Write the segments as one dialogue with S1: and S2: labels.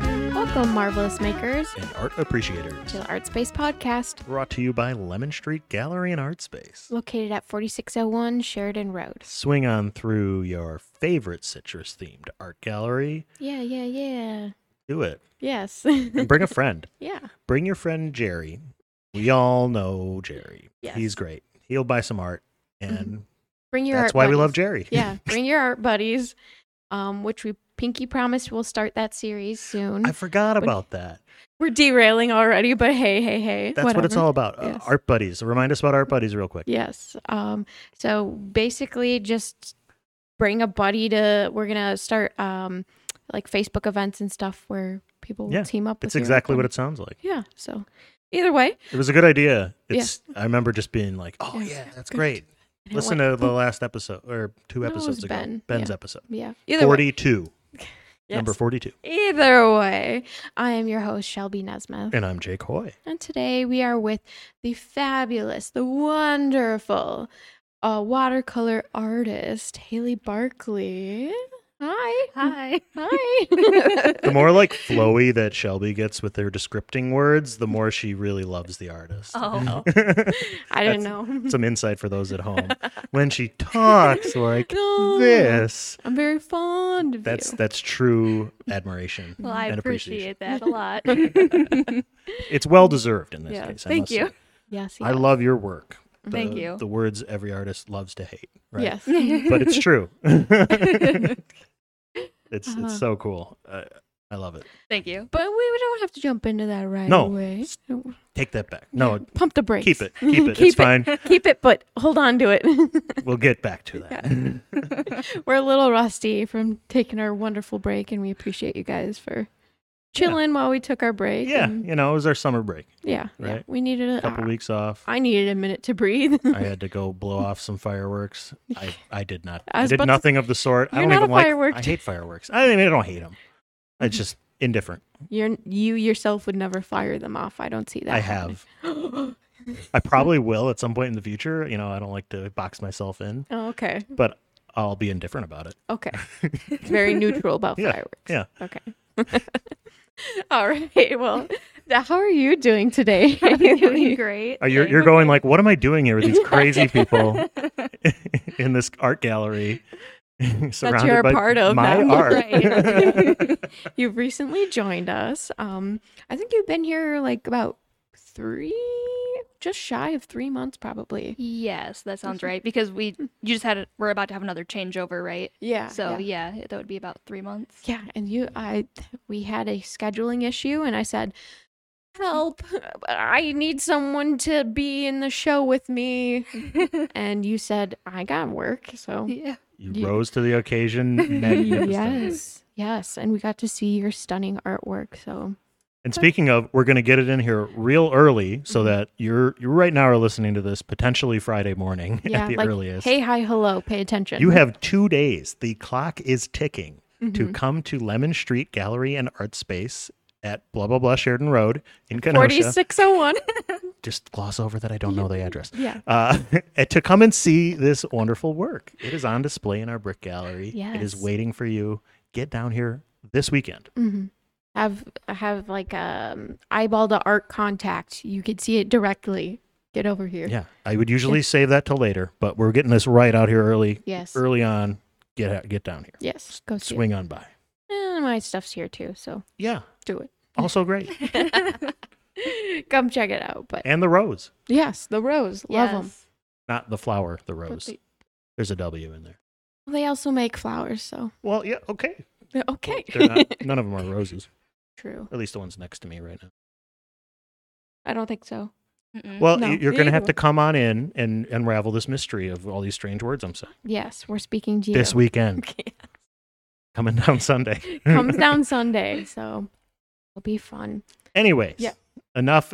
S1: Welcome, marvelous makers,
S2: and art appreciators.
S1: to the Art Space Podcast,
S2: Brought to you by Lemon Street Gallery and Art Space.
S1: located at 4601 Sheridan Road.
S2: Swing on through your favorite citrus themed art gallery.
S1: Yeah, yeah, yeah.
S2: Do it.
S1: Yes.
S2: And bring a friend.
S1: yeah.
S2: Bring your friend Jerry. We all know Jerry.
S1: Yes.
S2: He's great. He'll buy some art. And
S1: Bring your
S2: that's
S1: art
S2: why we
S1: buddies.
S2: love Jerry.
S1: yeah, bring your art buddies, um, which we pinky promised we'll start that series soon.
S2: I forgot
S1: When-
S2: about that.
S1: We're derailing already, but hey, hey, hey.
S2: That's what it's
S1: whatever.
S2: all about. Uh,
S1: Yes.
S2: art buddies. Remind us about art buddies real quick.
S1: Yes. Um, so basically just bring a buddy to we're gonna start um like Facebook events and stuff where people
S2: Yeah,
S1: team up with
S2: It's exactly what it sounds like.
S1: Yeah. So either way.
S2: It was a good idea.
S1: Yeah.
S2: It's I remember just being like, "Oh
S1: Yeah.
S2: yeah, that's great."
S1: I don't
S2: Listen
S1: want-
S2: to the last episode or two
S1: No, it
S2: episodes
S1: was
S2: ago.
S1: Ben.
S2: Ben's
S1: Yeah.
S2: episode.
S1: Yeah. Either way.
S2: 42.
S1: Yes.
S2: Number 42.
S1: Either way. I am your host, Shelby Nesmith.
S2: And I'm Jake Hoy.
S1: And today we are with the fabulous, the wonderful uh, watercolor artist, Haley Barkley. Hi.
S3: Hi.
S1: Hi.
S2: The more like flowy that Shelby gets with their descripting words, the more she really loves the artist.
S3: Oh.
S1: I don't
S2: That's-
S1: know.
S2: Some insight for those at home. When she talks like
S1: No.
S2: this,
S1: I'm very fond of
S2: that's
S1: you.
S2: that's true admiration.
S3: Well, I
S2: And
S3: appreciate that a lot.
S2: It's well deserved in this
S1: Yeah.
S2: case. I
S3: Thank
S2: must
S3: you.
S2: say.
S1: Yes,
S2: I love your work. The-
S3: Thank you.
S2: The words every artist loves to hate. Right.
S1: yes.
S2: but it's true. it's
S1: Uh-huh.
S2: it's so cool. I, I love it.
S3: Thank you.
S1: but we don't have to jump into that right
S2: No.
S1: away.
S2: Take that back. No,
S1: Pump the brakes.
S2: keep it. Keep it. it's fine.
S1: Keep it, but hold on to it.
S2: We'll get back to that.
S1: We're a little rusty from taking our wonderful break, and we appreciate you guys for chilling while we took our break.
S2: yeah,
S1: and-
S2: you know, it was our summer break.
S1: yeah, yeah.
S2: Right.
S1: We needed a
S2: A couple weeks off.
S1: Ah. I needed a minute to breathe.
S2: I had to go blow off some fireworks. I, I did not.
S1: I
S2: I,
S1: was about
S2: did
S1: to-
S2: nothing of the sort. I
S1: You're
S2: don't
S1: not a
S2: even like.
S1: firework
S2: I hate fireworks. I mean, I don't hate them. It's just indifferent.
S1: You're, you yourself would never fire them off. I don't see that. Oh,
S2: I have.
S1: happening.
S2: I probably will at some point in the future. You know, I don't like to box myself in,
S1: oh, okay.
S2: but I'll be indifferent about it.
S1: Okay. Very neutral about
S2: Yeah,
S1: fireworks.
S2: yeah.
S1: Okay. All right. Well, th- how are you doing today?
S3: I'm doing great.
S2: Uh, you're, you're going like, what am I doing here with these crazy people in this art gallery? surrounded
S1: you're a
S2: by
S1: part of
S2: my
S1: now.
S2: art.
S3: Right.
S1: You've recently joined us. Um, I think you've been here like about three, just shy of three months, probably.
S3: Yes, that sounds right. Because we you just had a, we're about to have another changeover, right?
S1: Yeah.
S3: So
S1: yeah.
S3: yeah. that would be about three months.
S1: Yeah, and you, I, we had a scheduling issue, and I said, "Help! I need someone to be in the show with me." and you said, "I got work," so
S3: Yeah.
S2: You
S1: You-
S2: rose to the occasion. magnificently.
S1: yes, yes, and we got to see your stunning artwork. So
S2: And speaking of, we're going to get it in here real early so
S1: Mm-hmm.
S2: that you're you right now are listening to this potentially Friday morning
S1: yeah,
S2: at the
S1: like,
S2: earliest.
S1: hey, mm-hmm. hi, hello, pay attention.
S2: you have two days. The clock is ticking to
S1: Mhm.
S2: come to Lemon Street Gallery and Art Space at blah blah blah Sheridan Road in Kenosha.
S1: 4601.
S2: Just gloss over that I don't know the address.
S1: yeah.
S2: uh, to come and see this wonderful work. It is on display in our brick gallery. It is
S1: Yes.
S2: waiting for you. Get down here this weekend.
S1: hmm Have have like um eyeball to art contact. You could see it directly. Get over here.
S2: Yeah, I would usually save that till later, but we're getting this right out here early,
S1: Yes.
S2: early on. Get out, get down here.
S1: Yes. Go see it.
S2: Swing on by.
S1: Eh, my stuff's here too, so
S2: Yeah,
S1: do it.
S2: also great.
S1: Come check it out. But
S2: and the rose,
S1: yes, the rose, love them.
S3: Yes.
S2: not the flower, the rose.
S1: They,
S2: There's a W in there.
S1: they also make flowers, so
S2: Well, yeah, okay. Well,
S1: okay.
S2: they're not, none of them are roses.
S1: True.
S2: At least the ones next to me right now.
S1: I don't think so.
S3: Mm-mm.
S2: Well,
S1: No,
S2: you- you're going
S1: neither
S2: to have
S1: one.
S2: to come on in and unravel this mystery of all these strange words I'm saying
S1: Yes, we're speaking to you.
S2: this weekend.
S1: Okay.
S2: coming down Sunday.
S1: Comes down Sunday, so it'll be fun.
S2: Anyways,
S1: Yeah.
S2: enough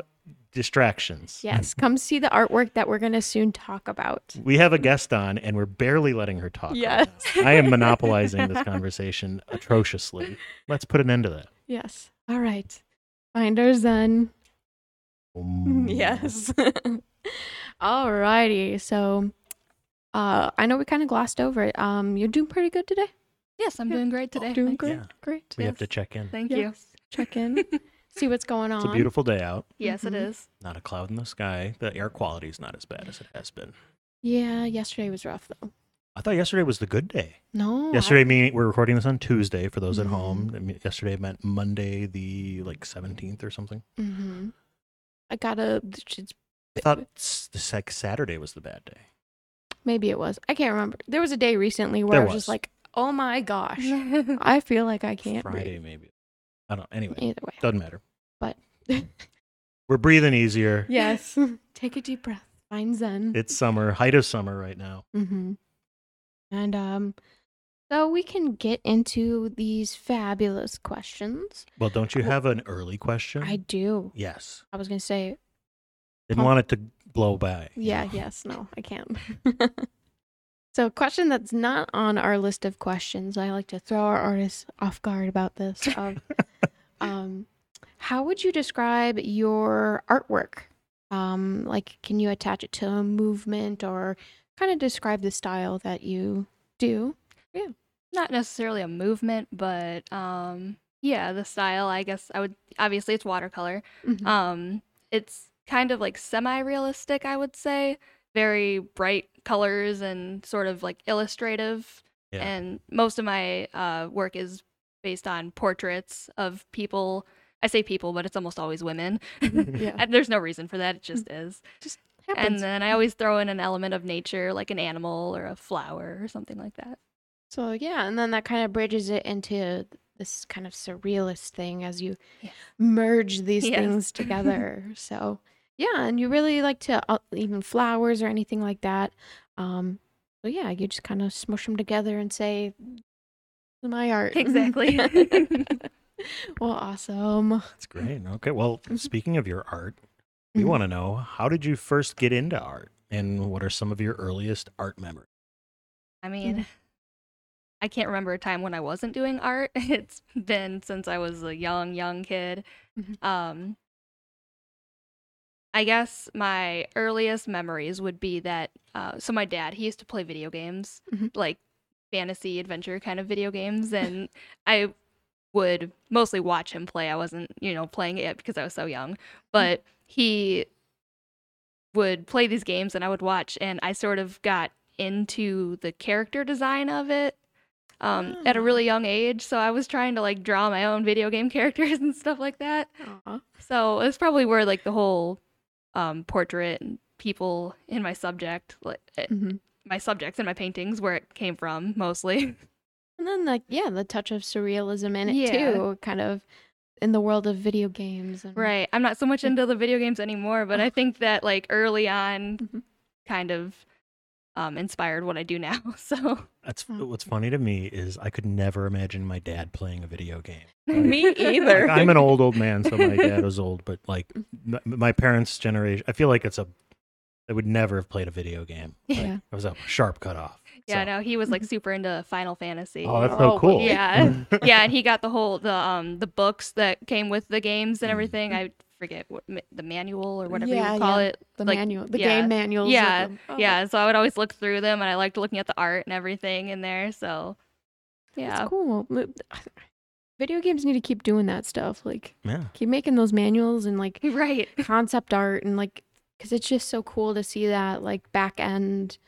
S2: distractions.
S1: Yes, come see the artwork that we're gonna soon talk about.
S2: We have a guest on, and we're barely letting her talk. right
S1: Yes.
S2: now. I am monopolizing this conversation atrociously. Let's put an end to that.
S1: Yes. All right. Finders then.
S2: Mm.
S1: Mm-hmm. Yes. All righty. So uh I know we kind of glossed over it. Um you're doing pretty good today.
S3: Yes, I'm doing great today.
S1: Doing
S3: Thanks.
S1: great.
S2: Yeah.
S1: Great.
S2: We have to check in.
S3: Thank you.
S1: Yes. check in, see what's going on.
S2: It's a beautiful day out.
S3: Yes, it
S1: Mhm.
S3: is.
S2: Not a cloud in the sky. The air quality is not as bad as it has been.
S1: Yeah, yesterday was rough though.
S2: I thought yesterday was the good day.
S1: No. I-
S2: yesterday, meaning we're recording this on Tuesday for those at
S1: Mhm.
S2: home. I mean, yesterday meant Monday, the like 17th or something.
S1: hmm I gotta. it's-
S2: I thought s- this, like, Saturday was the bad day.
S1: Maybe it was. I can't remember. There was a day recently where
S2: There
S1: I was, just
S2: was.
S1: like, "Oh my gosh,
S3: yeah,
S1: I feel like I can't."
S2: Friday,
S1: breathe."
S2: maybe. I don't Anyway,
S1: Either way.
S2: doesn't matter.
S1: But-
S2: we're breathing easier.
S1: Yes. Take a deep breath. Find Zen.
S2: It's summer, height of summer right now.
S1: Mm-hmm. And um, so we can get into these fabulous questions.
S2: Well, don't you have an early question?
S1: Oh. I Oh. do.
S2: yes.
S1: I was gonna say,
S2: Didn't want it to blow by. you
S1: yeah,
S2: know.
S1: yes, no, I can't. so, a question that's not on our list of questions. I like to throw our artists off guard about this. Of, um, how would you describe your artwork? Um, like, can you attach it to a movement or kind of describe the style that you do?
S3: not necessarily a movement, but um, yeah, the style. I guess I would obviously it's watercolor.
S1: Mhm.
S3: Um, it's kind of like semi-realistic, I would say. Very bright colors and sort of like illustrative.
S2: Yeah.
S3: And most of my uh, work is based on portraits of people. I say people, but it's almost always women.
S1: yeah,
S3: And there's no reason for that. It just is.
S1: happens.
S3: And then I always throw in an element of nature, like an animal or a flower or something like that.
S1: So yeah, and then that kind of bridges it into this kind of surrealist thing as you
S3: Yeah.
S1: merge these
S3: Yes.
S1: things together. so yeah, and you really like to uh, even flowers or anything like that. Um, so yeah, you just kind of smush them together and say, "My art."
S3: Exactly.
S1: well, awesome.
S2: That's great. Okay. Well,
S1: Mm-hmm.
S2: speaking of your art, we
S1: Mhm.
S2: want to know how did you first get into art and what are some of your earliest art memories?
S3: I mean, I can't remember a time when I wasn't doing art. It's been since I was a young, young kid.
S1: Mhm.
S3: Um, I guess my earliest memories would be that. Uh, so my dad, he used to play video games,
S1: Mhm.
S3: like fantasy adventure kind of video games, and I would mostly watch him play. I wasn't, you know, playing it because I was so young, but he would play these games and I would watch, and I sort of got into the character design of it um, at a
S1: Ah.
S3: really young age. So I was trying to like draw my own video game characters and stuff like that.
S1: Aw.
S3: So it's probably where like the whole um, portrait and people in my subject, like eh,
S1: Mhm.
S3: my subjects and my paintings, where it came from mostly.
S1: Mm-hmm. And then like yeah, the touch of surrealism in it
S3: Yeah.
S1: too, kind of in the world of video games. And,
S3: right. I'm not so much
S1: Yeah.
S3: into the video games anymore,
S1: Oh.
S3: but I think that like early on,
S1: Mhm.
S3: kind of um, inspired what I do now. So
S2: That's
S3: Hmm.
S1: Oh.
S2: what's funny to me is I could never imagine my dad playing a video game.
S1: Me either.
S2: Like, I'm an old old man, so my dad was old, but like
S3: Mm.
S2: m- my parents' generation, I feel like it's a I would never have played a video game. Like,
S1: Yeah.
S2: it was a sharp cutoff.
S3: Yeah,
S2: so.
S3: no, he was
S1: Mm-hmm.
S3: like super into Final Fantasy.
S2: Oh, that's
S1: Oh,
S2: so
S1: well,
S2: cool.
S3: yeah. yeah, and he got the whole the um the books that came with the games and
S2: Mm.
S3: everything. I forget what ma- the manual or whatever
S1: Yeah,
S3: you call
S1: yeah.
S3: it.
S1: The
S3: like,
S1: manual, the
S3: yeah.
S1: game manuals. of
S3: Yeah,
S1: them. Oh,
S3: Yeah, so I would always look through them, and I liked looking at the art and everything in there. So, yeah,
S1: That's cool. Mo- Video games need to keep doing that stuff. Like,
S2: Yeah.
S1: keep making those manuals and like
S3: right.
S1: concept art and like, because it's just so cool to see that like back end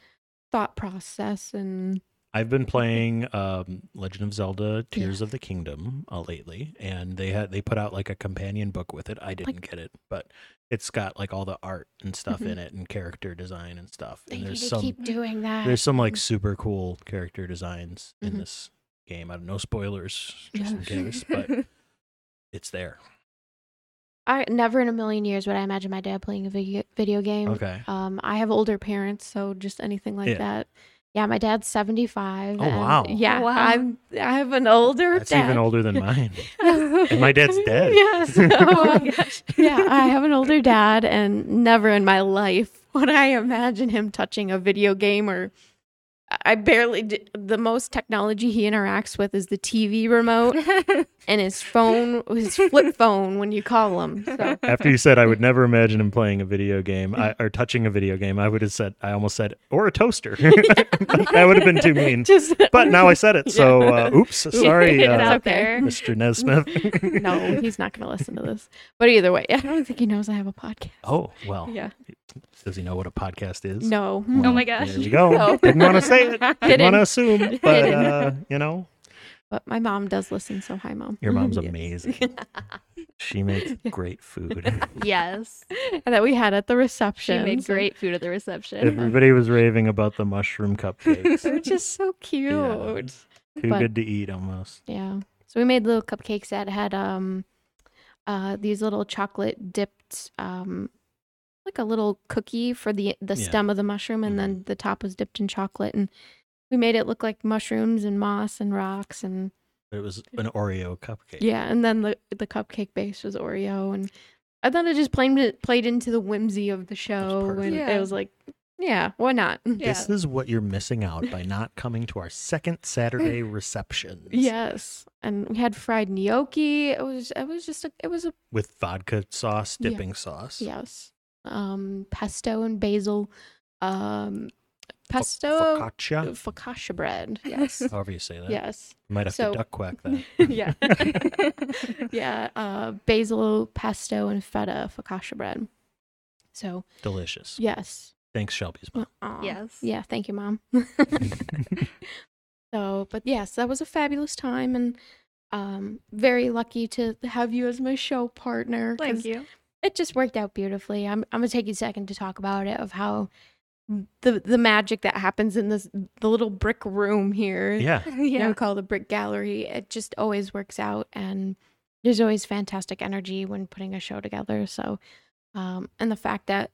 S1: thought process and
S2: I've been playing um, Legend of Zelda: Tears of the Kingdom uh, lately, and they had they put out like a companion book with it. I didn't get it, but it's got like all the art and stuff
S3: Mm-hmm.
S2: in it, and character design and stuff.
S1: they
S2: And
S1: need
S2: there's
S1: to
S2: some
S1: keep doing that.
S2: there's some like super cool character designs in
S1: Mhm.
S2: this game. I don't know spoilers just in
S1: Yes.
S2: case, but it's there.
S1: I never in a million years would I imagine my dad playing a video, video game.
S2: Okay.
S1: Um, I have older parents, so just anything like
S2: Yeah.
S1: that. Yeah, my dad's seventy five.
S2: Oh, wow.
S1: Yeah,
S3: Wow.
S1: I'm. I have an older.
S2: That's even
S1: dad.
S2: older than mine. And my dad's dead.
S1: Yeah, so,
S3: oh
S1: uh,
S3: my gosh.
S1: yeah, I have an older dad, and never in my life would I imagine him touching a video game or I barely d- the most technology he interacts with is the TV remote
S3: Oh
S1: and his phone, his flip phone when you call him. So
S2: After you said I would never imagine him playing a video game I, or touching a video game, I would have said I almost said or a toaster. that would have been too mean.
S1: just
S2: But now I said it, so uh, oops, sorry,
S3: Get it
S2: uh,
S3: out
S1: okay.
S3: there.
S2: Mr. Nesmith.
S1: no, he's not going to listen to this. But either way, I don't think he knows I have a podcast.
S2: Oh well,
S1: Yeah.
S2: does he know what a podcast is?
S1: No.
S2: Well,
S3: my gosh.
S2: There you go.
S1: No.
S2: Didn't want to say it. Didn't
S1: Hidden.
S2: want to assume, but
S1: Hidden.
S2: uh, you know,
S1: But my mom does listen, so hi mom.
S2: your mom's amazing. She makes great food.
S3: yes.
S1: that we had at the
S3: She
S1: reception.
S3: made great food at the reception.
S2: Everybody was raving about the mushroom cupcakes.
S1: They're just so cute.
S2: Yeah.
S1: Yeah.
S2: Too
S1: But-
S2: good to eat almost.
S1: So we made little cupcakes that had um uh these little chocolate dipped um like a little cookie for the the
S2: Yeah. Mm-hmm.
S1: stem of the mushroom and then the top was dipped in chocolate and we made it look like mushrooms and moss and rocks and
S2: It was an Oreo cupcake.
S1: yeah and then the the cupcake base was Oreo and I thought it just played it played into the whimsy of the show and
S2: perfect.
S1: it
S3: Yeah.
S1: was like yeah why not
S2: This is what you're missing out by not coming to our second Saturday receptions.
S1: Yes, and we had fried gnocchi. It was it was just a it was a
S2: With vodka sauce,
S1: Yeah.
S2: dipping sauce.
S1: yes, um, pesto and basil, um,
S2: fo-
S1: pesto
S2: Focaccia.
S1: focaccia bread. Yes,
S2: However you say that.
S1: yes,
S2: Might have
S1: So-
S2: to duck quack that.
S1: yeah, yeah. Uh, basil, pesto, and feta focaccia bread. So
S2: Delicious.
S1: yes,
S2: Thanks, Shelby's mom.
S1: Aw.
S3: Yes.
S1: yeah. Thank you, mom. So, but yes, that was a fabulous time, and um, very lucky to have you as my show partner. 'cause
S3: Thank you.
S1: it just worked out beautifully. I'm I'm gonna take a second to talk about it of how the the magic that happens in this the little brick room here.
S2: yeah.
S1: You
S3: Yeah.
S1: know, called the brick gallery. It just always works out and there's always fantastic energy when putting a show together. So um and the fact that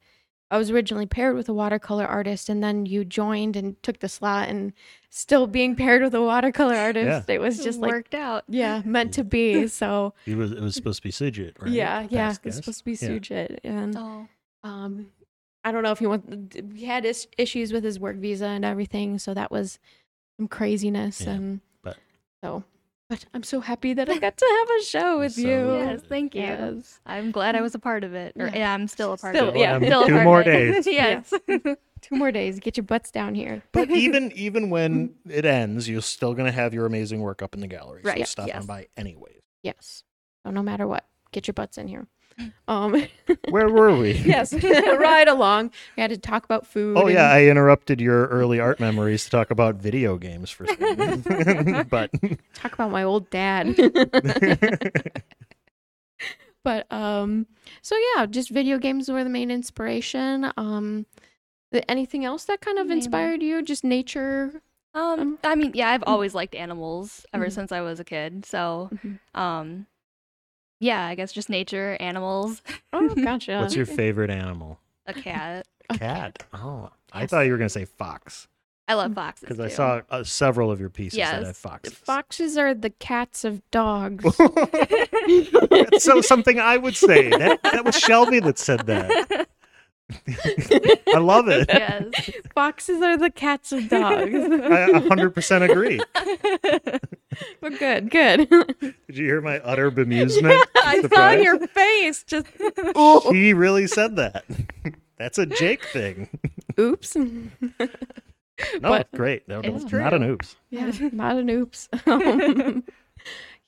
S1: I was originally paired with a watercolor artist and then you joined and took the slot and still being paired with a watercolor artist, it was just like
S3: worked out.
S1: yeah, meant to be. So
S2: It was it was supposed to be Sujit, right?
S1: yeah, yeah.
S2: Past
S1: It's
S2: guest?
S1: supposed to be
S2: Yeah.
S1: Sujit. And
S3: Oh.
S1: um i don't know if he want he had is- issues with his work visa and everything so that was some craziness
S2: Yeah,
S1: and
S2: but-
S1: so but i'm so happy that i got to have a show with
S2: So-
S1: you
S3: Yes, thank you.
S1: Oh, Yes.
S3: I'm glad I was a part of it. Or
S1: Yeah.
S3: yeah, I'm still a part
S1: Still,
S3: of it.
S1: yeah.
S2: Um,
S3: Still a
S2: two
S3: part
S2: more
S3: of it.
S2: days.
S3: yes.
S1: two more days get your butts down here
S2: But even even when
S1: Mm-hmm.
S2: it ends, you're still gonna have your amazing work up in the gallery.
S3: Right,
S2: So stop
S3: yes.
S2: on by anyways.
S1: yes so no matter what get your butts in here um
S2: Where were we?
S1: yes ride along we had to talk about food
S2: Oh yeah,
S1: and-
S2: I interrupted your early art memories to talk about video games for some reason. but
S1: talk about my old dad but um so yeah just video games were the main inspiration um th- anything else that kind of
S3: Mainly.
S1: inspired you just nature
S3: Um, Mm-hmm. I mean, yeah, I've always liked animals ever
S1: Mhm.
S3: since I was a kid. So,
S1: Mm-hmm.
S3: um, yeah, I guess just nature, animals,
S1: oh gotcha
S2: what's your favorite animal?
S3: a cat.
S1: A
S2: Cat. Oh, I
S1: Yes.
S2: thought you were gonna say fox
S3: I love foxes.
S2: because I
S3: too.
S2: saw uh, several of your pieces that
S3: Yes.
S2: have foxes.
S1: foxes are the cats of dogs
S2: That's so something I would say. That, that was Shelby that said that. I love it.
S3: Yes.
S1: foxes are the cats of dogs
S2: I 100% agree.
S1: but good good
S2: Did you hear my utter bemusement?
S1: i saw
S2: Surprise?
S1: your face just
S2: He really said that. That's a Jake thing.
S1: oops
S2: No,
S1: But-
S2: great. That
S3: It's
S2: was not an oops.
S1: Yeah, not an oops. Um,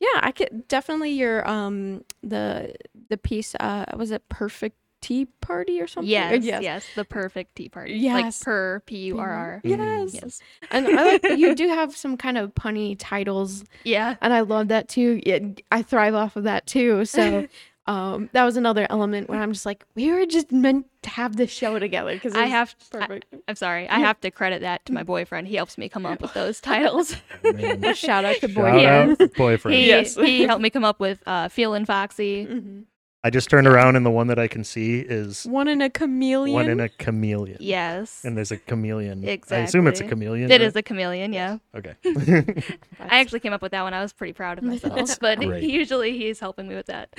S1: yeah, I could definitely your um the the piece uh was it perfect tea party or something? Or
S3: yes, yes, The perfect tea party. Like
S1: Yes.
S3: per P U R R.
S2: Mm.
S1: Mm, Yes.
S3: Mm-hmm. Yes.
S1: And I like you do have some kind of punny titles
S3: Yeah.
S1: and I love that too. Yeah, I thrive off of that too. So um that was another element where I'm just like we were just meant to have this show together cuz
S3: I have. I,
S1: perfect.
S3: I'm sorry. I have to credit that to my boyfriend. He helps me come up with those titles.
S2: Man.
S1: Shout out to
S2: Shout
S1: boy.
S3: Yes.
S2: out to boyfriend.
S3: he,
S1: Yes.
S3: he helped me come up with uh, feeling foxy.
S1: Mhm.
S2: I just turned around and the one that I can see is
S1: One in a chameleon.
S2: one in a chameleon.
S3: Yes.
S2: And there's a chameleon. I assume it's a
S3: Exactly.
S2: chameleon.
S3: It is a chameleon, yeah.
S2: Okay.
S3: I actually came up with that one. I was pretty proud of myself. but
S2: Great.
S3: usually he's helping me with that.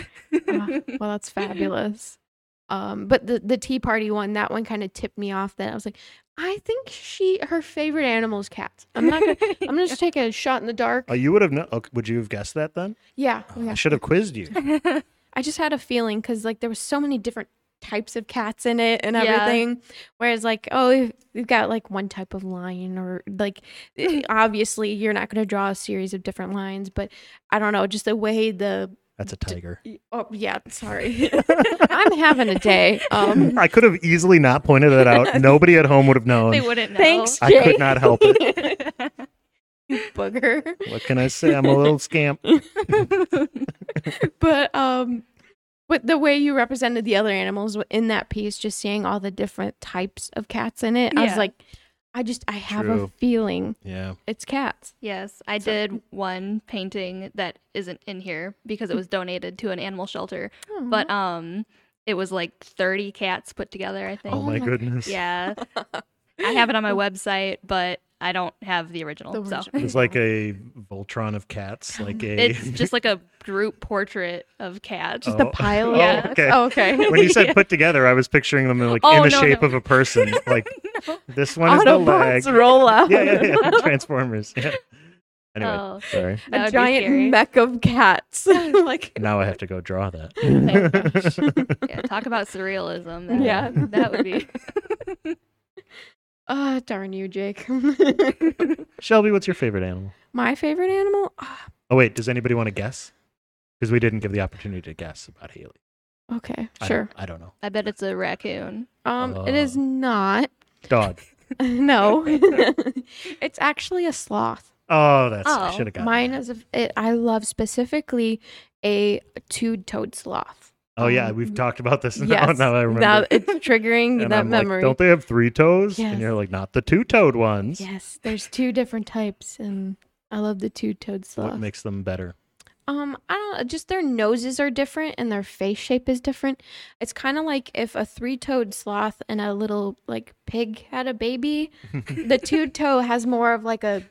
S1: Ah, well, that's fabulous. Um, but the the tea party one, that one kind of tipped me off. That I was like, I think she her favorite animal is cats. I'm not. Gonna, I'm gonna just take a shot in the dark.
S2: Oh, you would have known. Oh, would you have guessed that then?
S1: yeah,
S2: Oh, I
S1: yeah.
S2: should have quizzed you.
S1: I just had a feeling because like there was so many different types of cats in it and
S3: Yeah.
S1: everything. Whereas like oh we've- we've got like one type of lion or like eh, obviously you're not gonna draw a series of different lines, but I don't know just the way the
S2: That's a tiger.
S1: oh yeah sorry I'm having a day. Um,
S2: I could have easily not pointed that out. Nobody at home would have known.
S3: they wouldn't know.
S1: thanks,
S2: I
S1: Jay.
S2: could not help it.
S1: Booger.
S2: What can I say? I'm a little scamp.
S1: but um but the way you represented the other animals w- in that piece just seeing all the different types of cats in it i was
S3: Yeah.
S1: like i just i have a
S2: True.
S1: feeling
S2: Yeah.
S1: it's cats
S3: Yes, I
S1: So-
S3: did one painting that isn't in here because it was donated to an animal shelter, but um it was like 30 cats put together, I think.
S2: Oh,
S1: Oh
S2: my
S1: my-
S2: goodness.
S3: Yeah. I have it on my website, but I don't have the original.
S1: The
S3: So
S1: original.
S2: It's like a Voltron of cats. Like a.
S3: it's just like a group portrait of cats.
S1: just a
S2: Oh.
S1: pile
S2: Oh,
S1: of cats.
S2: okay.
S1: oh, okay
S2: when you said
S3: Yeah.
S2: put together, I was picturing them like
S3: Oh,
S2: in the
S3: no,
S2: shape
S3: no.
S2: of a person. Like
S3: No.
S2: this one
S1: Oh,
S2: is the leg.
S1: autobots roll out
S2: Yeah, yeah, yeah. Transformers. Yeah. Anyway,
S3: Oh,
S2: sorry.
S3: that would
S1: a
S3: be
S1: giant
S3: scary.
S1: mech of cats like
S2: Now I have to go draw that.
S3: Oh,
S1: Oh,
S3: Yeah, talk about surrealism. That,
S1: yeah
S3: That would be
S1: oh darn you jake
S2: Shelby, what's your favorite animal?
S1: my favorite animal Ah,
S2: Oh wait, does anybody want to guess? Because we didn't give the opportunity to guess about Haley.
S1: okay
S2: I Oh.
S1: sure
S2: don't, I don't know.
S3: I bet it's a raccoon.
S1: um it is not
S2: Dog.
S1: no it's actually a sloth
S2: Oh, that's I
S3: Oh,
S2: should have gotten
S1: Mine
S2: that.
S1: is a, it, I love specifically a two-toed sloth.
S2: Oh yeah,
S1: um,
S2: we've talked about this. Oh, Now,
S1: yes,
S2: now I remember.
S1: Now it's triggering
S2: And
S1: that
S2: I'm like,
S1: memory.
S2: don't they have three toes?
S1: Yes.
S2: And you're like, not the two-toed ones.
S1: yes, there's two different types, and I love the two-toed
S2: What
S1: sloth.
S2: makes them better?
S1: um, I don't just their noses are different and their face shape is different. It's kind of like if a three-toed sloth and a little like pig had a baby. the two-toe has more of like a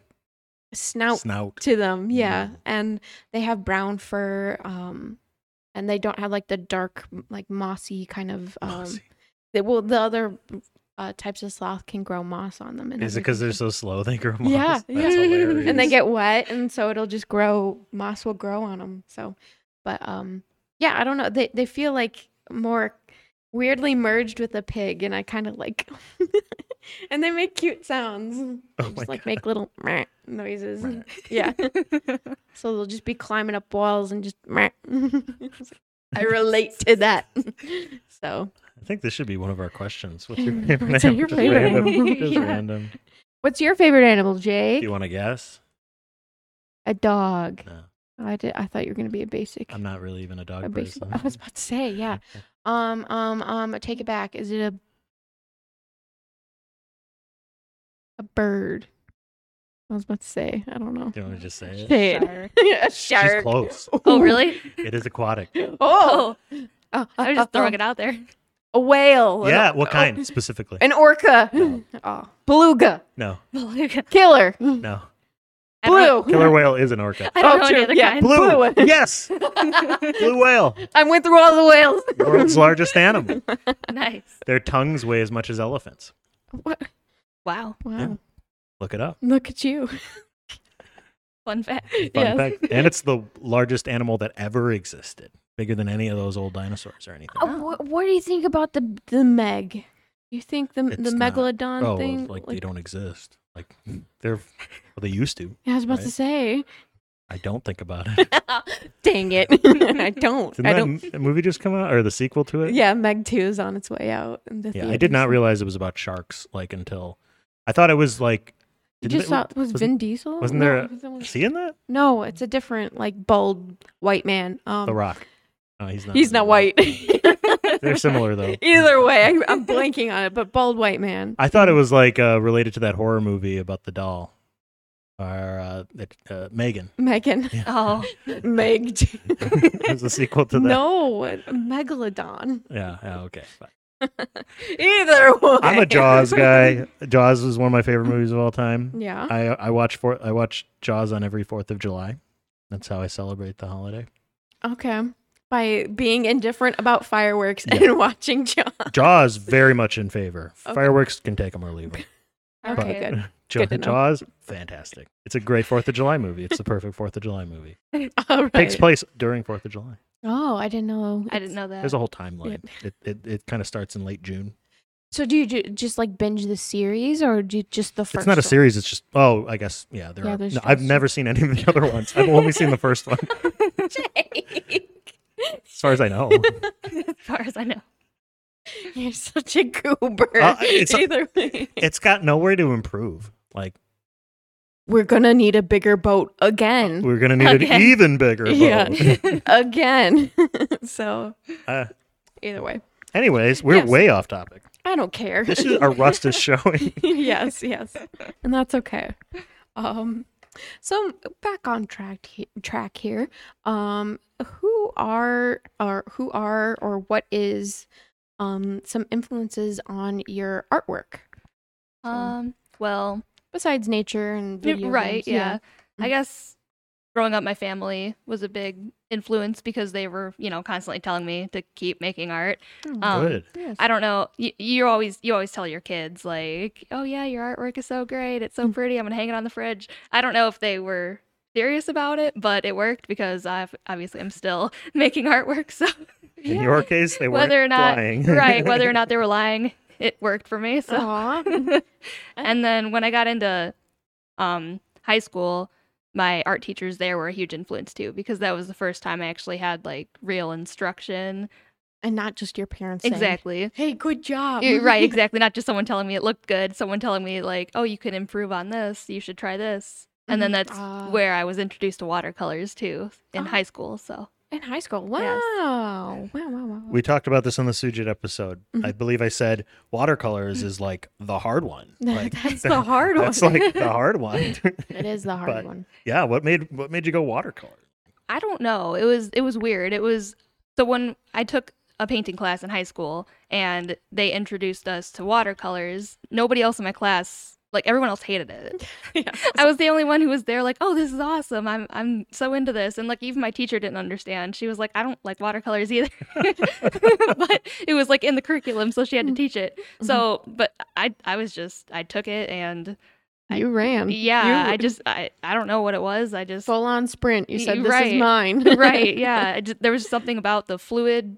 S1: snout
S2: Snout.
S1: to them yeah
S2: Mm.
S1: and they have brown fur um and they don't have like the dark m- like mossy kind of um
S2: Mossy.
S1: They, well the other uh, types of sloth can grow moss on them and
S2: Is it because they're
S1: everything.
S2: so slow they grow moss?
S1: Yeah,
S2: That's
S1: yeah.
S2: hilarious.
S1: and they get wet and so it'll just grow moss will grow on them so but um yeah i don't know they they feel like more weirdly merged with a pig and i kind of like and they make cute sounds They
S2: Oh my
S1: just like make little meh noises
S2: Meh.
S1: yeah so they'll just be climbing up walls and just. meh. I relate to that. so,
S2: I think this should be one of our questions. What's your
S1: Favorite-
S2: favorite
S1: what's
S2: animal?
S1: your
S2: Just
S1: favorite
S2: random.
S3: animal?
S2: Just
S1: Yeah.
S2: random.
S1: what's your favorite animal,
S2: Do
S1: Jake?
S2: you want to guess?
S1: A dog.
S2: No,
S1: I did. I thought you were gonna be a basic.
S2: I'm not really even a
S1: a
S2: dog
S1: basic.
S2: person.
S1: I was about to say, yeah. Um, um, um. I Take it back. Is it a a bird? I was about to say. I don't know.
S2: Do you want to just say it?
S1: Say it. a
S2: She's
S1: shark.
S2: close.
S3: Oh, really?
S2: It is aquatic.
S1: Oh.
S3: Oh,
S1: oh.
S3: I was just throwing it out there.
S1: A whale.
S2: Yeah, what
S1: Oh,
S2: kind specifically?
S1: An orca.
S2: No.
S1: Oh, beluga.
S2: No,
S3: Beluga.
S1: Killer.
S2: no.
S3: I don't-
S1: Blue.
S2: Killer whale is an orca.
S3: I don't
S1: Oh,
S3: know
S1: true,
S3: any other
S1: yeah.
S3: kind.
S2: Blue.
S1: Blue.
S2: yes, blue whale.
S1: I went through all the whales.
S2: World's largest animal.
S3: Nice.
S2: Their tongues weigh as much as elephants.
S1: What?
S3: Wow.
S1: Wow.
S2: Yeah. Look it up.
S1: Look at you.
S3: Fun fact.
S2: Fun fact. And it's the largest animal that ever existed. Bigger than any of those old dinosaurs or anything.
S1: Uh, wh- what do you think about the the Meg? You think the the
S2: It's not-
S1: megalodon
S2: oh,
S1: thing?
S2: like they don't exist. Like they're well, they used to.
S1: I was about to
S2: right?
S1: say.
S2: I don't think about it.
S1: Dang it! I don't.
S2: Didn't
S1: I
S2: that
S1: don't.
S2: m- movie just come out or the sequel to it?
S1: Yeah, Meg Two is on its way out. In the
S2: Yeah, I did not
S1: theaters.
S2: realize it was about sharks. Like until I thought it was like.
S1: You
S2: didn't
S1: just
S2: it-
S1: thought it was
S2: wasn't-
S1: Vin Diesel?
S2: wasn't
S1: No,
S2: there
S1: it was the one-
S2: Seeing that
S1: No, it's a different like bald white man. Um,
S2: The Rock. No, he's not.
S1: He's not white.
S2: They're similar though.
S1: Either way, I, I'm blanking on it, but bald white man.
S2: I thought it was like uh, related to that horror movie about the doll, or uh, it- uh, Megan.
S1: Megan.
S3: Oh,
S1: Meg. too.
S2: it was the sequel to that.
S1: No, a megalodon.
S2: Yeah. yeah, okay. fine.
S1: Either way.
S2: I'm a Jaws guy. Jaws was one of my favorite movies of all time.
S1: Yeah.
S2: I I watch for I watch Jaws on every Fourth of July. That's how I celebrate the holiday.
S1: Okay. by being indifferent about fireworks and watching Jaws.
S2: Jaws very much in favor.
S1: Okay.
S2: Fireworks can take them or leave them.
S1: Okay,
S3: Right.
S1: good.
S2: Jaws,
S1: Good to know.
S2: fantastic. It's a great Fourth of July movie. It's the perfect Fourth of July movie.
S1: All right.
S2: Takes place during Fourth of July.
S1: Oh, I didn't know.
S3: I didn't know that.
S2: There's a whole timeline. It it, it kind of starts in late June.
S1: So do you ju- just like binge the series or do you just the first?
S2: It's not a
S1: one?
S2: series. It's just oh, I guess yeah. There
S1: Yeah,
S2: are.
S1: there's
S2: No, I've
S1: just-
S2: never seen any of the other ones. I've only seen the first one,
S1: Jake,
S2: as far as I know.
S3: as far as I know.
S1: you're such a goober.
S2: Uh, it's-
S1: Either way,
S2: It's got nowhere to improve. Like
S1: we're gonna need a bigger boat again,
S2: we're gonna need an
S3: Again.
S2: even bigger boat.
S1: Yeah. again. so
S2: Uh,
S1: either way,
S2: anyways, we're
S1: Yes.
S2: way off topic.
S1: I don't care.
S2: This is our rust is showing.
S1: yes, yes, and that's okay. Um, so back on track he- track here. Um, who are or who are or what is um some influences on your artwork
S3: Um, well,
S1: besides nature and
S3: Yeah,
S1: video
S3: right
S1: games?
S3: yeah.
S1: Mm.
S3: i guess growing up my family was a big influence because they were you know constantly telling me to keep making art
S1: Mm.
S3: um,
S2: Good.
S1: Yes.
S3: i don't know you, you always you always tell your kids like oh yeah your artwork is so great it's so pretty i'm gonna hang it on the fridge i don't know if they were serious about it but it worked because i've obviously i'm still making artwork so
S2: In your case, they weren't
S3: Whether or not-
S2: lying.
S3: right whether or not they were lying it worked for me
S1: Oh,
S3: so
S1: Aw.
S3: and then when I got into um, high school, my art teachers there were a huge influence too because that was the first time I actually had like real instruction.
S1: and not just your parents. saying,
S3: Exactly.
S1: Hey, good job.
S3: You're right, exactly. Not just someone telling me it looked good, someone telling me like, "Oh, you could improve on this. You should try this." And then
S1: Mhm.
S3: that's
S1: Ah.
S3: where I was introduced to watercolors too in
S1: Ah.
S3: high school. So
S1: In high school. Wow.
S3: Yes.
S1: Wow. Wow. Wow. wow.
S2: We talked about this on the Sujit episode.
S1: Mhm.
S2: I believe I said watercolors is like the hard one. Like
S1: that's the hard one.
S2: That's like the hard one.
S1: it is the hard
S2: but-
S1: one.
S2: yeah. What made what made you go watercolor?
S3: I don't know. It was it was weird. It was so when I took a painting class in high school and they introduced us to watercolors, nobody else in my class like everyone else hated it. I was the only one who was there like, "Oh, this is awesome. I'm I'm so into this." And like even my teacher didn't understand. She was like, "I don't like watercolors either." but it was like in the curriculum, so she had to teach it. So, but I I was just I took it and
S1: you ran.
S3: yeah,
S1: Mm, You
S3: I just I I don't know what it was. I just
S1: full on sprint. You
S3: Y-
S1: said this
S3: right.
S1: is mine.
S3: right yeah I ju- there was something about the
S1: Mm-hmm.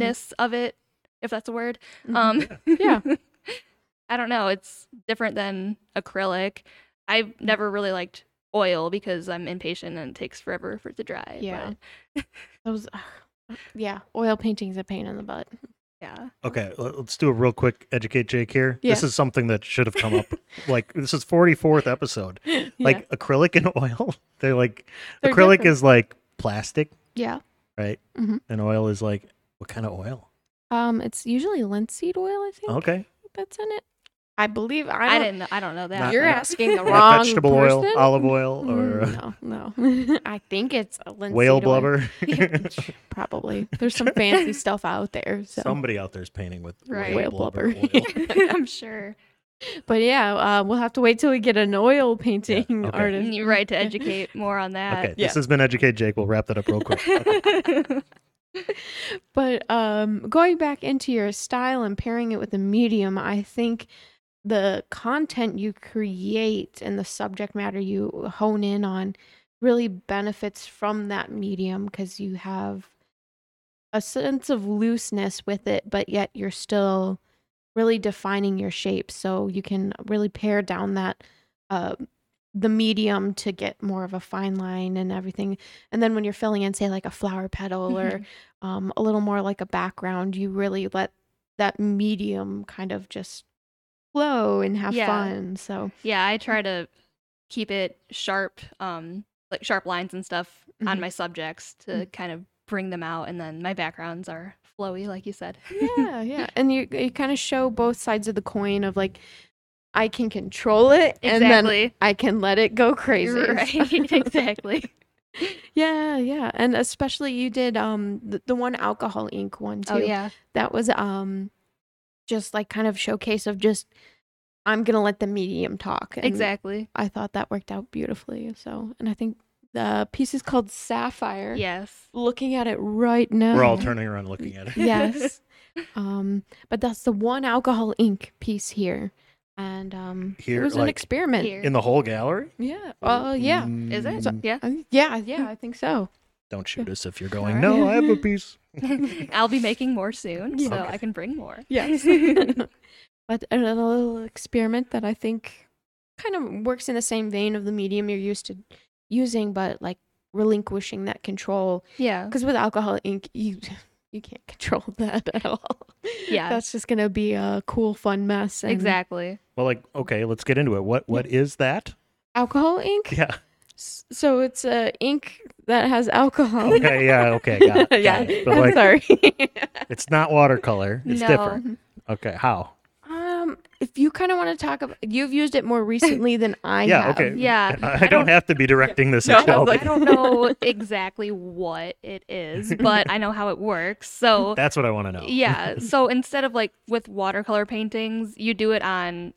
S3: fluidness of it if that's a word
S1: Mhm.
S3: um
S1: Yeah.
S3: i don't know it's different than acrylic i've never really liked oil because i'm impatient and it takes forever for it to dry
S1: Yeah.
S3: but
S1: Those. ugh. uh, yeah. Oil painting's a pain in the butt.
S3: yeah
S2: Okay, let- let's do a real quick educate Jake here. This
S1: Yeah.
S2: is something that should have come up. like this is forty fourth episode. Like acrylic and oil, they're like
S1: They're
S2: acrylic
S1: different.
S2: is like plastic,
S1: yeah.
S2: right?
S1: Mhm.
S2: And oil is like what kind of oil?
S1: Um, it's usually linseed oil. I think
S2: Okay,
S1: that's in it. I believe. I,
S3: i,
S1: don't-
S3: didn't know i don't know that
S2: Not-
S1: You're
S2: not-
S1: asking the
S2: Like
S1: wrong
S2: vegetable oil,
S1: person?
S2: olive oil, or uh,
S1: Mm, no, no. I think it's a linseed
S2: whale
S1: oil.
S2: blubber.
S1: Probably. There's some fancy stuff out there. So,
S2: Somebody out there's painting with
S3: Right.
S2: whale
S1: Whale
S2: blubber.
S1: blubber.
S2: oil.
S3: i'm sure
S1: but yeah, uh, we'll have to wait till we get an oil painting
S2: okay.
S1: artist.
S3: you're right to educate more on that
S2: Okay,
S1: yeah.
S2: this has been Educate Jake. We'll wrap that up real quick.
S1: But um, going back into your style and pairing it with the medium, I think the content you create and the subject matter you hone in on really benefits from that medium because you have a sense of looseness with it, but yet you're still really defining your shape. So you can really pare down that. Uh, the medium to get more of a fine line and everything. And then when you're filling in, say, like a flower petal or um, a little more like a background. You really let that medium kind of just flow and have
S3: Yeah.
S1: fun. So
S3: Yeah, I try to keep it sharp, um, like sharp lines and stuff on
S1: Mhm.
S3: my subjects to
S1: Mhm.
S3: kind of bring them out, and then my backgrounds are flowy, like you said.
S1: yeah, yeah, and you you kind of show both sides of the coin of like I can control it and then
S3: exactly.
S1: I can let it go crazy.
S3: Right. exactly.
S1: yeah, yeah, and especially you did um the, the one alcohol ink one too.
S3: Oh yeah.
S1: that was um just like kind of showcase of just I'm gonna let the medium talk. and
S3: Exactly.
S1: I thought that worked out beautifully. So, and I think The piece is called Sapphire.
S3: Yes.
S1: Looking at it right now.
S2: We're all turning around looking at it.
S1: Yes. um, but that's the one alcohol ink piece here. And um
S2: Here,
S1: it was an
S2: like,
S1: experiment.
S3: Here.
S2: In the whole gallery?
S1: Yeah. Uh yeah.
S3: Is it?
S2: Mm,
S3: yeah.
S1: I- Yeah, yeah, I think so.
S2: Don't shoot us if you're going,
S1: Alright.
S2: no, I have a piece.
S3: I'll be making more soon, so
S2: Okay.
S3: I can bring more.
S1: Yes. but a little experiment that I think kind of works in the same vein of the medium you're used to using, but like relinquishing that control.
S3: Yeah.
S1: Because with alcohol ink, you you can't control that at all.
S3: Yeah.
S1: That's just gonna be a cool, fun mess. and-
S3: Exactly.
S2: Well, like, okay, let's get into it. What What is that?
S1: Alcohol ink.
S2: Yeah.
S1: S- So it's a ink that has alcohol.
S2: Okay, yeah, okay, got it. got
S1: yeah.
S2: it. But
S1: I'm
S2: like,
S1: sorry. Mm-hmm.
S2: it's not watercolor. It's
S3: No.
S2: different. Okay, how?
S1: um, if you kind of want to talk about, you've used it more recently than I
S2: yeah,
S1: have.
S2: okay.
S3: Yeah.
S2: I, I don't, have to be directing this
S1: No,
S2: at
S1: I
S2: all.
S1: was like-
S3: I don't know exactly what it is, but I know how it works. So
S2: That's what I want to know.
S3: yeah. So instead of like with watercolor paintings, you do it on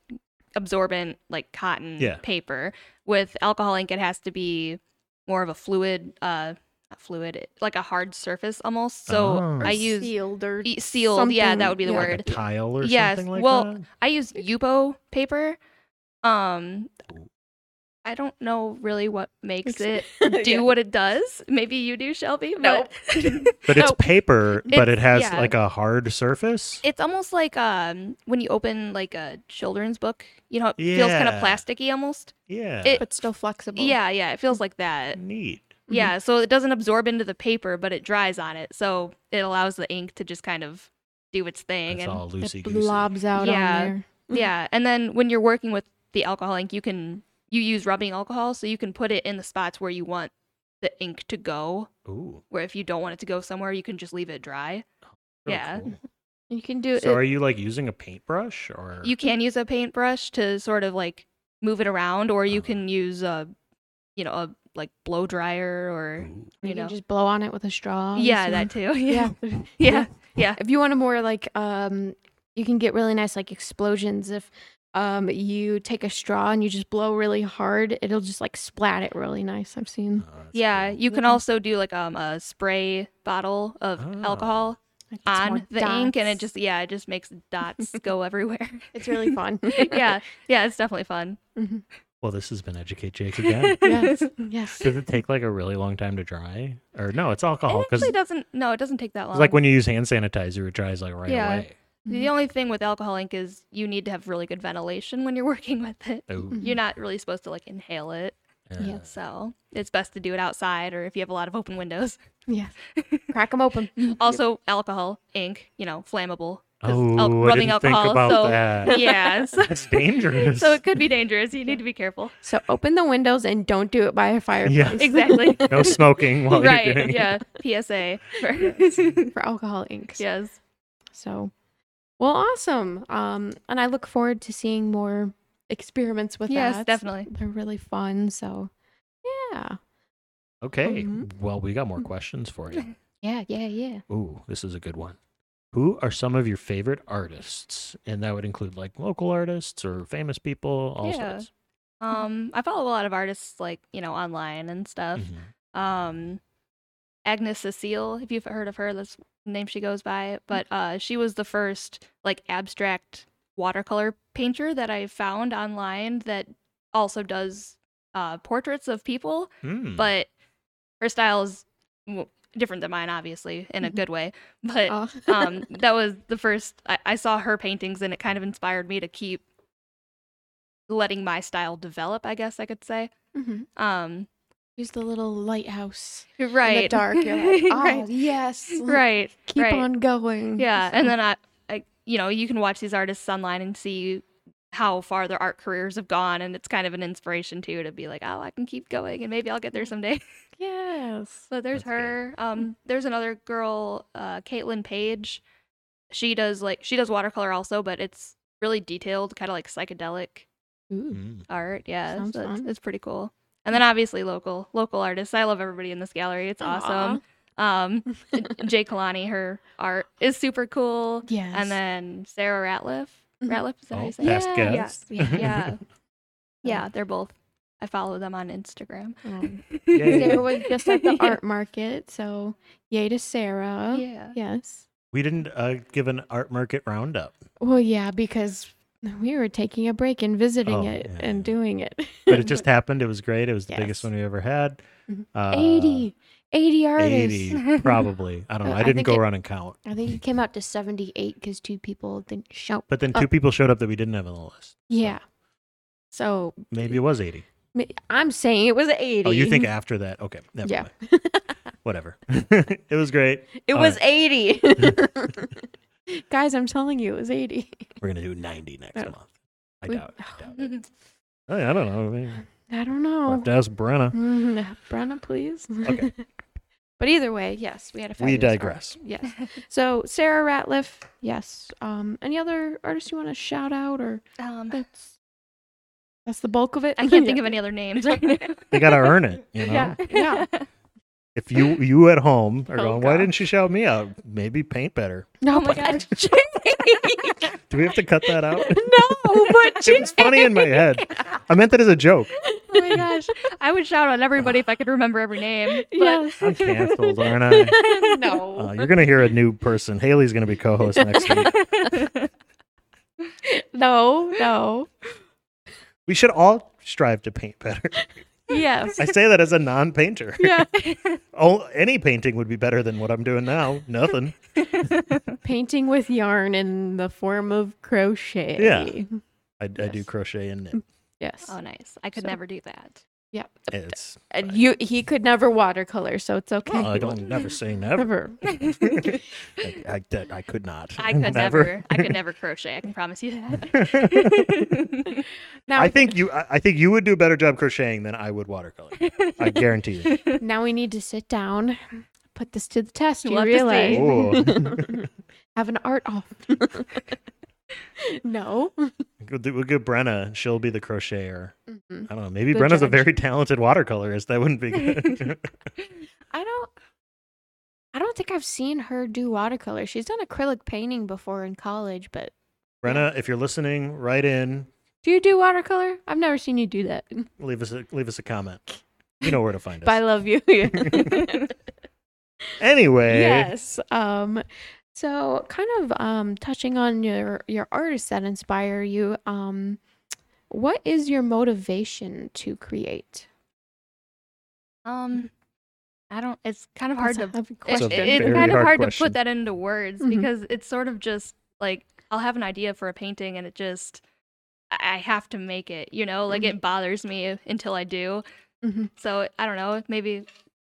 S3: absorbent like cotton
S2: Yeah.
S3: paper. With alcohol ink, it has to be more of a fluid, uh, not fluid, like a hard surface almost. So
S2: Oh.
S3: I use
S1: sealed or
S3: E- sealed. Yeah,
S1: something,
S3: that would be the
S1: yeah.
S2: Like a
S3: word.
S2: tile or
S3: Yes,
S2: something like
S3: well,
S2: that?
S3: I use Yupo paper. Um, I don't know really what makes it
S1: Makes-
S3: do
S1: Yeah.
S3: what it does. Maybe you do, Shelby.
S1: Nope.
S3: But
S2: But it's
S1: No.
S2: paper, but it
S3: It's-
S2: has
S3: yeah.
S2: like a hard surface.
S3: it's almost like um when you open like a children's book. You know, it feels kind
S2: Yeah.
S3: of plasticky almost.
S2: yeah.
S3: it-
S1: but still flexible.
S3: Yeah, yeah, it feels like that.
S2: Neat.
S3: Yeah, so it doesn't absorb into the paper, but it dries on it, so it allows the ink to just kind of do its thing.
S2: It's
S3: and
S2: all loosey
S1: It
S2: goosey.
S1: blobs out
S3: Yeah.
S1: on there.
S3: Yeah, and then when you're working with the alcohol ink, you can you use rubbing alcohol, so you can put it in the spots where you want the ink to go.
S2: Ooh.
S3: Where if you don't want it to go somewhere, you can just leave it dry.
S2: really
S3: Yeah.
S2: cool.
S1: You can do it.
S2: So are you like using a paintbrush or
S3: You can use a paintbrush to sort of like move it around, or you
S2: Uh-huh.
S3: can use a, you know, a like blow dryer or
S2: Ooh.
S1: you,
S3: you know,
S1: can just blow on it with a straw. and
S3: yeah,
S1: stuff.
S3: that too. Yeah,
S1: yeah.
S3: yeah, yeah.
S1: If you want a more like um you can get really nice like explosions if um you take a straw and you just blow really hard, it'll just like splat it really nice. I've seen.
S2: Oh, that's
S3: Yeah,
S2: cool.
S3: you can
S1: Yeah.
S3: also do like um, a spray bottle of
S2: Ah.
S3: alcohol
S1: like, it's more
S3: on the ink, and it
S1: dots.
S3: just yeah, it just makes dots go everywhere.
S1: it's really fun.
S3: yeah, yeah, it's definitely fun.
S1: Mhm.
S2: Well, this has been Educate Jake again.
S1: Yes. Yes.
S2: Does it take like a really long time to dry? Or no, it's
S3: It
S2: alcohol because
S3: actually doesn't. No, it doesn't take that long.
S2: Oh, it's like when you use hand sanitizer, it dries like right
S3: Yeah.
S2: away.
S3: the only thing with alcohol ink is you need to have really good ventilation when you're working with it.
S2: Ooh.
S3: You're not really supposed to like inhale it,
S1: Mm-hmm. Yeah.
S3: so it's best to do it outside or if you have a lot of open windows.
S1: Yes. Crack them open.
S3: Also, alcohol ink, you know, flammable. 'cause
S2: Oh,
S3: al-
S2: I didn't think about
S3: so
S2: that.
S3: yeah, so,
S2: That's dangerous.
S3: so it could be dangerous. You need to be careful.
S1: So open the windows and don't do it by a fireplace.
S3: Exactly.
S2: no smoking while you're
S3: right.
S2: doing it.
S3: Yeah. PSA.
S1: For alcohol inks.
S3: yes.
S1: So, well, awesome. Um, and I look forward to seeing more experiments with
S3: Yes,
S1: that.
S3: definitely.
S1: They're really fun. So, yeah.
S2: Okay.
S1: Mhm.
S2: Well, we got more questions for you.
S1: Yeah, yeah, yeah.
S2: Ooh, this is a good one. Who are some of your favorite artists? And that would include like local artists or famous people, all
S3: Yeah.
S2: sorts.
S3: Um, I follow a lot of artists like you know online and
S1: Uh,
S3: stuff.
S2: Mhm.
S3: Um, Agnes Cecile, if you've heard of her, that's the name she goes by. But uh, she was the first like abstract watercolor painter that I found online that also does uh, portraits of people.
S2: Hmm.
S3: But her style is w- different than mine, obviously, in a
S1: Mhm.
S3: good way. But
S1: Oh.
S3: um, that was the first I, I saw her paintings, and it kind of inspired me to keep letting my style develop. I guess I could say.
S1: Mhm.
S3: Um,
S1: Use the little lighthouse
S3: right.
S1: in the dark. You're like, oh,
S3: right.
S1: yes. l-
S3: Right.
S1: Keep
S3: right.
S1: on going.
S3: Yeah,
S1: So-
S3: and then I, I, you know, you can watch these artists online and see how far their art careers have gone, and it's kind of an inspiration too to be like, oh, I can keep going, and maybe I'll get there someday.
S1: yes.
S3: So
S2: That's
S3: there's
S2: good.
S3: her.
S1: Mm-hmm.
S3: Um, there's another girl, uh, Caitlin Page. She does like she does watercolor also, but it's really detailed, kind of like psychedelic
S1: Ooh.
S2: Hmm.
S3: art. Yeah,
S1: Sounds
S3: so it's,
S1: fun.
S3: it's pretty cool. And then obviously local local artists. I love everybody in this gallery. It's awesome. Um, Jay Kalani, her art is super cool.
S1: yes.
S3: And then Sarah Ratliff.
S1: Mhm.
S3: Ratliff is that how
S2: Oh,
S3: you say?
S2: past
S1: Yeah.
S2: guests.
S3: Yeah. Yeah. Yeah, they're both I follow them on Instagram.
S1: Um,
S2: Yay.
S1: Sarah was just at the art market, so yay to Sarah.
S3: Yeah.
S1: Yes.
S2: We didn't uh, give an art market roundup,
S1: Well, yeah, because we were taking a break and visiting
S2: Oh,
S1: it
S2: yeah,
S1: and
S2: yeah.
S1: doing it.
S2: but it just happened. It was great. It was the biggest
S1: Yes.
S2: one we ever had.
S1: Mhm.
S2: Uh,
S1: 80, 80 artists.
S2: 80, probably. I don't know.
S1: Uh,
S2: I
S1: I
S2: didn't
S1: think
S2: go
S1: it-
S2: around and count.
S1: I think it came out to 78 because two people didn't show.
S2: But then
S1: Uh,
S2: two people showed up that we didn't have on the list.
S1: Yeah. So
S2: Maybe it was 80.
S1: ma- I'm saying it was 80.
S2: Oh, you think after that? Okay. Never
S1: Yeah.
S2: mind. Whatever. it was great.
S1: It
S2: All
S1: was 80. Guys, I'm telling you, it was 80.
S2: We're going to do 90 next
S1: Oh.
S2: month. I
S1: We-
S2: doubt, I doubt it. Hey, Oh, I don't know. Maybe.
S1: I don't
S2: We'll
S1: know.
S2: have to ask Brenna.
S1: Mm, Brenna, please.
S2: Okay.
S1: but either way, yes, we had a fabulous
S2: We
S1: art-
S2: digress.
S1: Yes. So Sarah Ratliff, yes. Um, any other artists you want to shout out, or
S3: um,
S1: that's that's the bulk of it.
S3: I can't think of any other names right now.
S2: They got to earn it. You know?
S1: Yeah, yeah.
S2: If you you at home are
S3: Oh,
S2: going, why
S3: God.
S2: didn't she shout me out? Maybe paint better.
S1: No,
S3: Oh my
S1: but-
S3: God.
S2: Do we have to cut that out?
S1: no, but
S2: it's funny in my head. I meant that as a joke.
S1: oh my gosh,
S3: I would shout out everybody if I could remember every name. but-
S1: yes.
S2: I'm canceled, aren't I?
S1: um, no.
S2: Uh, you're gonna hear a new person. Haley's gonna be co-host next week.
S1: no, no.
S2: We should all strive to paint better.
S1: Yes.
S2: I say that as a non-painter.
S1: Yeah.
S2: Oh, any painting would be better than what I'm doing now. Nothing.
S1: Painting with yarn in the form of crochet.
S2: Yeah. I, I do
S1: Yes.
S2: crochet and knit.
S1: Yes.
S3: Oh, nice. I could
S1: So-
S3: never do that.
S1: yeah.
S2: It's
S1: Uh, And you he could never watercolor, so it's okay.
S2: well, I don't never say never.
S1: Never.
S2: I, I, that, I could not.
S3: I could never. I could never crochet. I can promise you that.
S1: Now,
S2: I think you. I I think you would do a better job crocheting than I would watercolor. I guarantee you.
S1: now we need to sit down, put this to the test. You
S3: Love to see.
S1: realize
S2: Oh.
S1: have an art off. no.
S2: We'll, do, we'll give Brenna. She'll be the crocheter.
S1: Mhm.
S2: I don't know. Maybe
S1: Good
S2: Brenna's a
S1: judge.
S2: very talented watercolorist. That wouldn't be good.
S1: I don't. I don't think I've seen her do watercolor. She's done acrylic painting before in college, but
S2: Brenna, if you're listening, write in.
S1: do you do watercolor? I've never seen you do that.
S2: Leave us a, leave us a comment. You know where to find us.
S1: But I love you.
S2: anyway,
S1: yes um so kind of um touching on your your artists that inspire you um what is your motivation to create
S3: um, I don't. It's kind of hard
S1: That's
S3: to.
S1: a heavy
S3: it-
S2: a
S1: question.
S3: it- it's
S2: very
S3: kind of
S2: hard
S3: hard to
S2: question.
S3: put that into words
S1: Mhm.
S3: because it's sort of just like I'll have an idea for a painting and it just I I have to make it. You know, like
S1: Mm-hmm.
S3: it bothers me until I do.
S1: Mhm.
S3: So I don't know. Maybe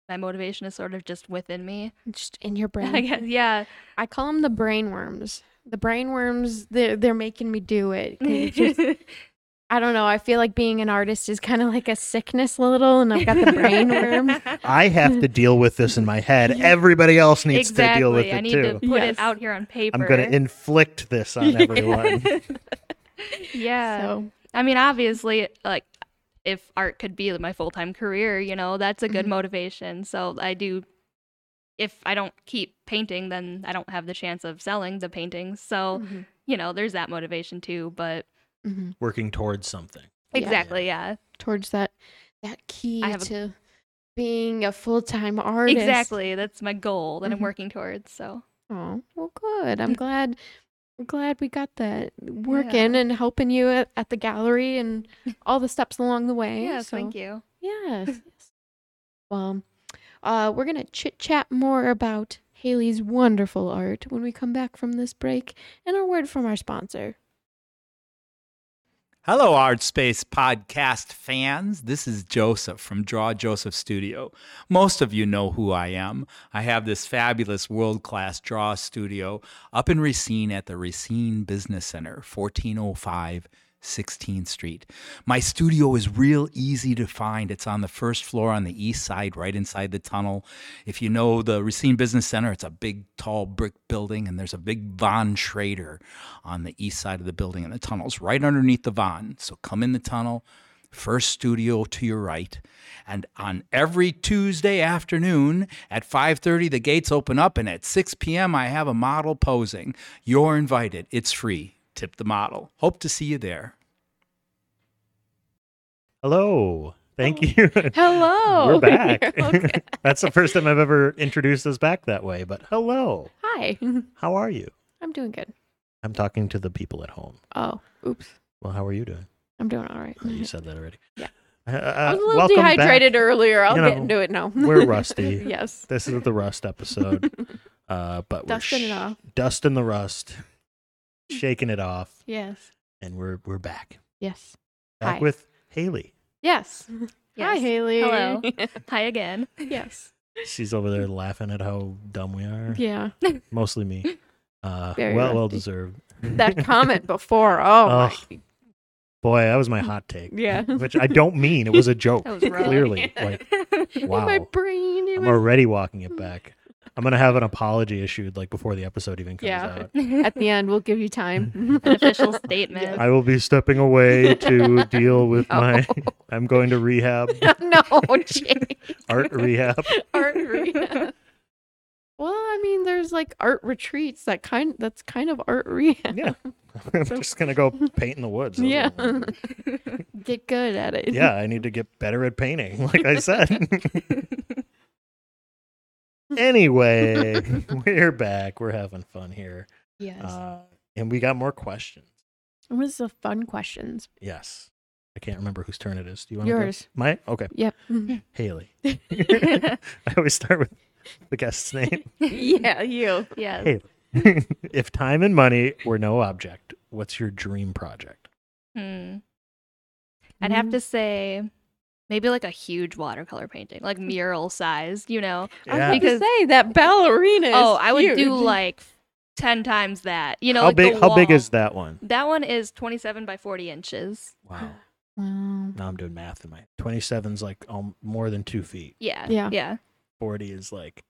S3: my motivation is sort of just within me.
S1: just in your
S3: I
S1: brain
S3: guess. Yeah.
S1: i call them the brain worms the brain worms they're, they're making me do it
S3: Mm-hmm.
S1: 'cause it's just- i don't know i feel like being an artist is kind of like a sickness a little and i've got the brain worms
S2: I have to deal with this in my head. Everybody else needs
S3: exactly.
S2: to deal with
S3: I
S2: it
S3: need to
S2: too.
S3: put
S1: Yes.
S3: it out here on paper.
S2: I'm going to inflict this on everyone.
S3: yeah.
S1: so
S3: I mean, obviously, like if art could be my full time career, you know, that's a good
S1: Mhm.
S3: motivation. So I do. If I don't keep painting, then I don't have the chance of selling the paintings. So
S1: mhm,
S3: you know, there's that motivation too. But
S1: mhm.
S2: Working towards something.
S1: Yeah.
S3: exactly, yeah,
S1: towards that that key
S3: have a-
S1: to being a full-time artist
S3: exactly. That's my goal that
S1: Mhm.
S3: I'm working towards. So
S1: Oh, well, good. I'm glad. I'm glad we got that
S3: Yeah.
S1: working and helping you at, at the gallery and all the steps along the way.
S3: yeah,
S1: so,
S3: thank you.
S1: Yes. yes. Well, uh, we're gonna chit chat more about Haley's wonderful art when we come back from this break, and a word from our sponsor.
S4: Hello, Art Space podcast fans. This is Joseph from Draw Joseph Studio. Most of you know who I am. I have this fabulous world class draw studio up in Racine at the Racine Business Center, 1405 16th Street. My studio is real easy to find. It's on the first floor on the east side, right inside the tunnel. If you know the Racine Business Center, it's a big, tall brick building, and there's a big Von Schrader on the east side of the building, and the tunnel's right underneath the Von. So come in the tunnel, first studio to your right and on every tuesday afternoon at 5.30 the gates open up and at 6 p.m i have a model posing you're invited it's free tip the model hope to see you there
S2: Hello. Thank you.
S1: Oh. Hello.
S2: We're back.
S1: You're okay.
S2: That's the first time I've ever introduced us back that way, but hello.
S1: Hi.
S2: How are you?
S1: I'm doing good.
S2: I'm talking to the people at home.
S1: Oh, oops.
S2: Well, how are you doing?
S1: I'm doing all right.
S2: Oh, you said that already.
S1: Yeah.
S2: Uh,
S1: I was a
S2: uh,
S1: little
S2: welcome back.
S1: dehydrated earlier. I'll
S2: You
S1: get
S2: know,
S1: into it now.
S2: we're rusty.
S1: yes.
S2: This is the rust episode. Uh, but we're
S1: Dusting it
S2: sh-
S1: off.
S2: Dusting the rust, shaking it off,
S1: Yes.
S2: and we're we're back.
S1: Yes.
S2: Back
S1: Hi.
S2: with Haley.
S1: Yes. Hi,
S3: Yes.
S1: Haley.
S3: Hello. Hi again.
S1: yes.
S2: She's over there laughing at how dumb we are.
S1: Yeah.
S2: Mostly me. Uh,
S1: Very
S2: well, well
S1: rusty.
S2: deserved.
S1: That comment before. Oh, my-
S2: Boy, that was my hot take.
S1: Yeah.
S2: Which I don't mean. It was a joke.
S3: That was rough.
S2: Clearly. Like,
S1: in my
S2: wow.
S1: brain. it
S2: I'm
S1: was-
S2: already walking it back. I'm going to have an apology issued like before the episode even comes
S1: Yeah.
S2: out.
S1: At the end, we'll give you time.
S3: An official statement.
S2: I will be stepping away to deal with
S1: No.
S2: my. I'm going to rehab,
S1: no, Jake.
S2: art rehab.
S1: art rehab. Well, I mean, there's like art retreats that kind. That's kind of art rehab.
S2: Yeah. I'm just going to go paint in the woods. That's
S1: Yeah.
S2: all.
S1: Get good at it.
S2: yeah, I need to get better at painting, like I said. anyway, we're back. We're having fun here.
S1: Yes.
S2: Uh, and we got more questions.
S1: and what is the fun questions?
S2: Yes. I can't remember whose turn it is. Do you want
S1: Yours.
S2: My okay,
S1: Yep.
S2: Haley. I always start with the guest's name.
S1: yeah, you.
S3: yes.
S2: Haley. if time and money were no object, what's your dream project?
S3: Hmm. I'd
S1: Mm-hmm.
S3: have to say maybe like a huge watercolor painting, like mural size, you know?
S1: I was
S3: Because-
S1: because say that ballerina. Is
S3: oh, I would
S1: huge.
S3: do like 10 times that. You know,
S2: how
S3: like
S2: big
S3: the
S2: how big
S3: wall.
S2: is that one?
S3: That one is 27 by 40 inches.
S2: Wow.
S1: Wow.
S2: Now I'm doing math in my 27's like um, more than two feet.
S3: Yeah.
S1: Yeah.
S3: Yeah.
S2: 40 is like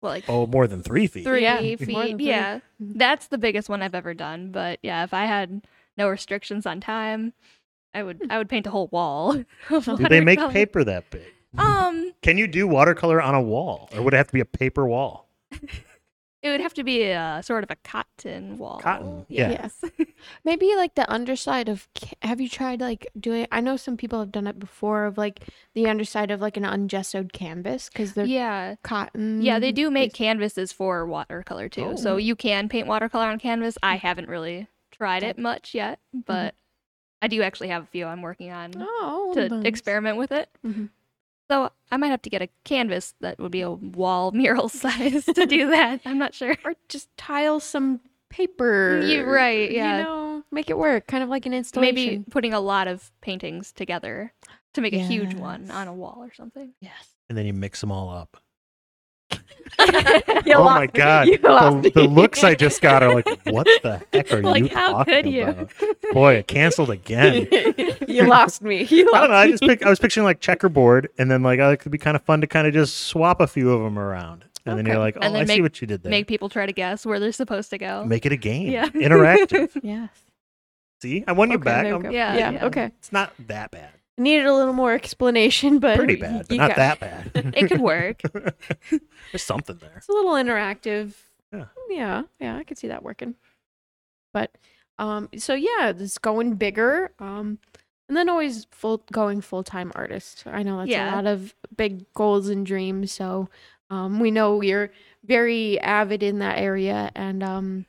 S3: Well, like
S2: oh more than three feet.
S3: three
S1: Yeah,
S3: feet.
S1: more than three. Mm-hmm.
S3: Yeah. That's the biggest one I've ever done. But yeah, if I had no restrictions on time, I would
S1: Hmm.
S3: I would paint a whole wall. of
S2: Do they make
S3: watercolor.
S2: paper that big?
S3: Um,
S2: Can you do watercolor on a wall, or would it have to be a paper wall?
S3: it would have to be a sort of a cotton wall.
S2: Cotton, yeah.
S3: Yes.
S1: Maybe like the underside of. ca- Have you tried like doing? I know some people have done it before of like the underside of like an ungessoed canvas because they're
S3: yeah.
S1: cotton.
S3: Yeah, they do make canvases for watercolor too.
S1: Oh.
S3: So you can paint watercolor on canvas. I
S1: Mm-hmm.
S3: haven't really tried it much yet, but I do actually have a few I'm working on
S1: Oh,
S3: to
S1: nice.
S3: experiment with it.
S1: Mhm.
S3: So I might have to get a canvas that would be a wall mural size to do that. I'm not sure.
S1: or just tile some paper.
S3: You're right, yeah.
S1: You know, make it work, kind of like an installation.
S3: Maybe putting a lot of paintings together to make a huge one
S1: Yes.
S3: on a wall or something.
S1: Yes.
S2: And then you mix them all up.
S1: You
S2: oh
S1: lost
S2: my
S1: me.
S2: god,
S1: You lost
S2: the,
S1: me.
S2: the looks I just got are like, what the heck are
S3: Like,
S2: you
S3: how
S2: talking
S3: could you?
S2: about? Boy, it canceled again.
S1: you lost me. You
S2: I
S1: lost
S2: don't know. I
S1: me.
S2: just pick, I was picturing like checkerboard, and then like oh, it could be kind of fun to kind of just swap a few of them around, and then you're
S1: Okay.
S2: like, oh,
S3: And then
S2: I see
S3: make-
S2: what you did there.
S3: Make
S2: Make,
S3: people try to guess where they're supposed to go.
S2: it a game,
S3: Yeah.
S2: interactive.
S1: Yes.
S2: see, I won you
S1: Okay,
S2: back.
S1: there we go.
S2: I'm-
S3: Yeah,
S1: yeah.
S3: yeah.
S1: Okay.
S2: It's not that bad.
S1: Needed a little more explanation, but
S2: Pretty
S1: you-
S2: bad, but
S1: you
S2: not
S1: got-
S2: that bad.
S3: It could work.
S2: There's something there.
S1: It's a little interactive.
S2: Yeah.
S1: Yeah. Yeah, I could see that working. But um so yeah, it's going bigger. Um and then always full going full time artist. I know that's
S3: Yeah.
S1: a lot of big goals and dreams. So um we know you're very avid in that area and um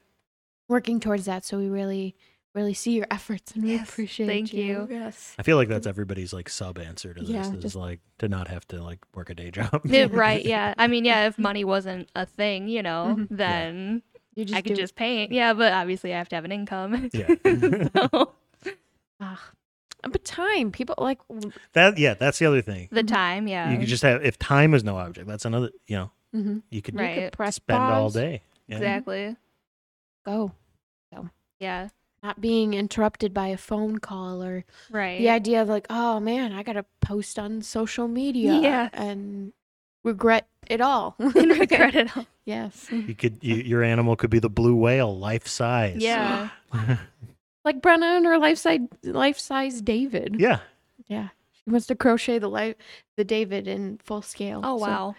S1: working towards that. So we really really see your efforts and we
S3: Yes,
S1: appreciate
S3: thank you.
S1: Yes.
S2: I feel like that's everybody's like sub answer to this
S1: Yeah,
S2: is
S1: just-
S2: like to not have to like work a day job.
S3: Yeah, right, yeah. I mean, yeah, if money wasn't a thing, you
S2: Mm-hmm.
S3: know,
S1: Mhm.
S3: then
S1: You just
S3: I could
S1: do-
S3: just paint. Yeah, but obviously I have to have an income.
S2: yeah.
S3: So,
S1: ah. but time. People like w-
S2: That yeah, that's the other thing.
S1: Mm-hmm.
S3: the time, yeah.
S2: You could just have if time is no object, that's another you know,
S1: mhm.
S2: you could
S3: Right.
S1: you could press
S2: spend all
S1: pause,
S2: day. Yeah.
S3: Exactly.
S1: Go.
S3: Yeah.
S1: not being interrupted by a phone call or
S3: Right.
S1: the idea of like oh man i gotta post on social media
S3: Yeah.
S1: and regret it all
S3: And regret it all.
S1: yes
S2: You could you, your animal could be the blue whale life size.
S3: Yeah.
S1: like brenna and her life-size life-size david
S2: yeah.
S1: yeah she wants to crochet the life the david in full scale
S3: Oh
S1: So
S3: wow.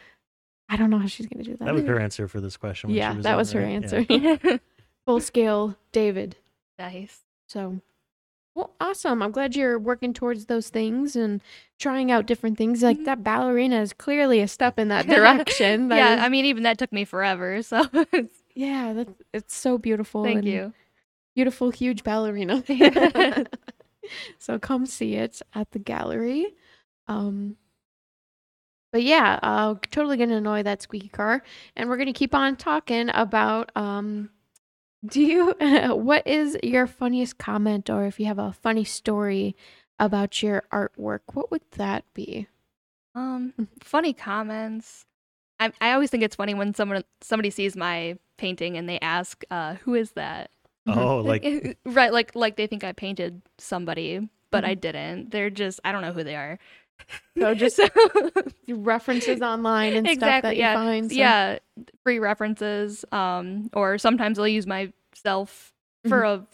S1: i don't know how she's gonna do that
S2: That was her answer for this question. when she
S1: yeah
S2: was
S1: that
S2: on,
S1: was her
S2: right? Yeah.
S1: answer full scale david
S3: nice.
S1: so Well, awesome. I'm glad you're working towards those things and trying out different things. Like
S3: Mhm.
S1: that ballerina is clearly a step in that direction. That
S3: yeah,
S1: is-
S3: I mean, even that took me forever. So it's-
S1: yeah, that, it's so beautiful.
S3: thank
S1: and
S3: you.
S1: Beautiful, huge ballerina. so come see it at the gallery. Um, but yeah, uh, totally gonna annoy that squeaky car, and we're gonna keep on talking about. Um, do you? what is your funniest comment, or if you have a funny story about your artwork, what would that be?
S3: Um, funny comments. I I always think it's funny when someone somebody sees my painting and they ask, uh, "Who is that?"
S1: Mhm.
S2: Oh, like
S3: right, like like they think I painted somebody, but
S2: Mm-hmm.
S3: I didn't. They're just I don't know who they are.
S1: So just
S3: So-
S1: references online and stuff
S3: Exactly,
S1: that
S3: yeah,
S1: you find. so-
S3: yeah, free references. Um, or sometimes I'll use myself for
S2: Mm-hmm.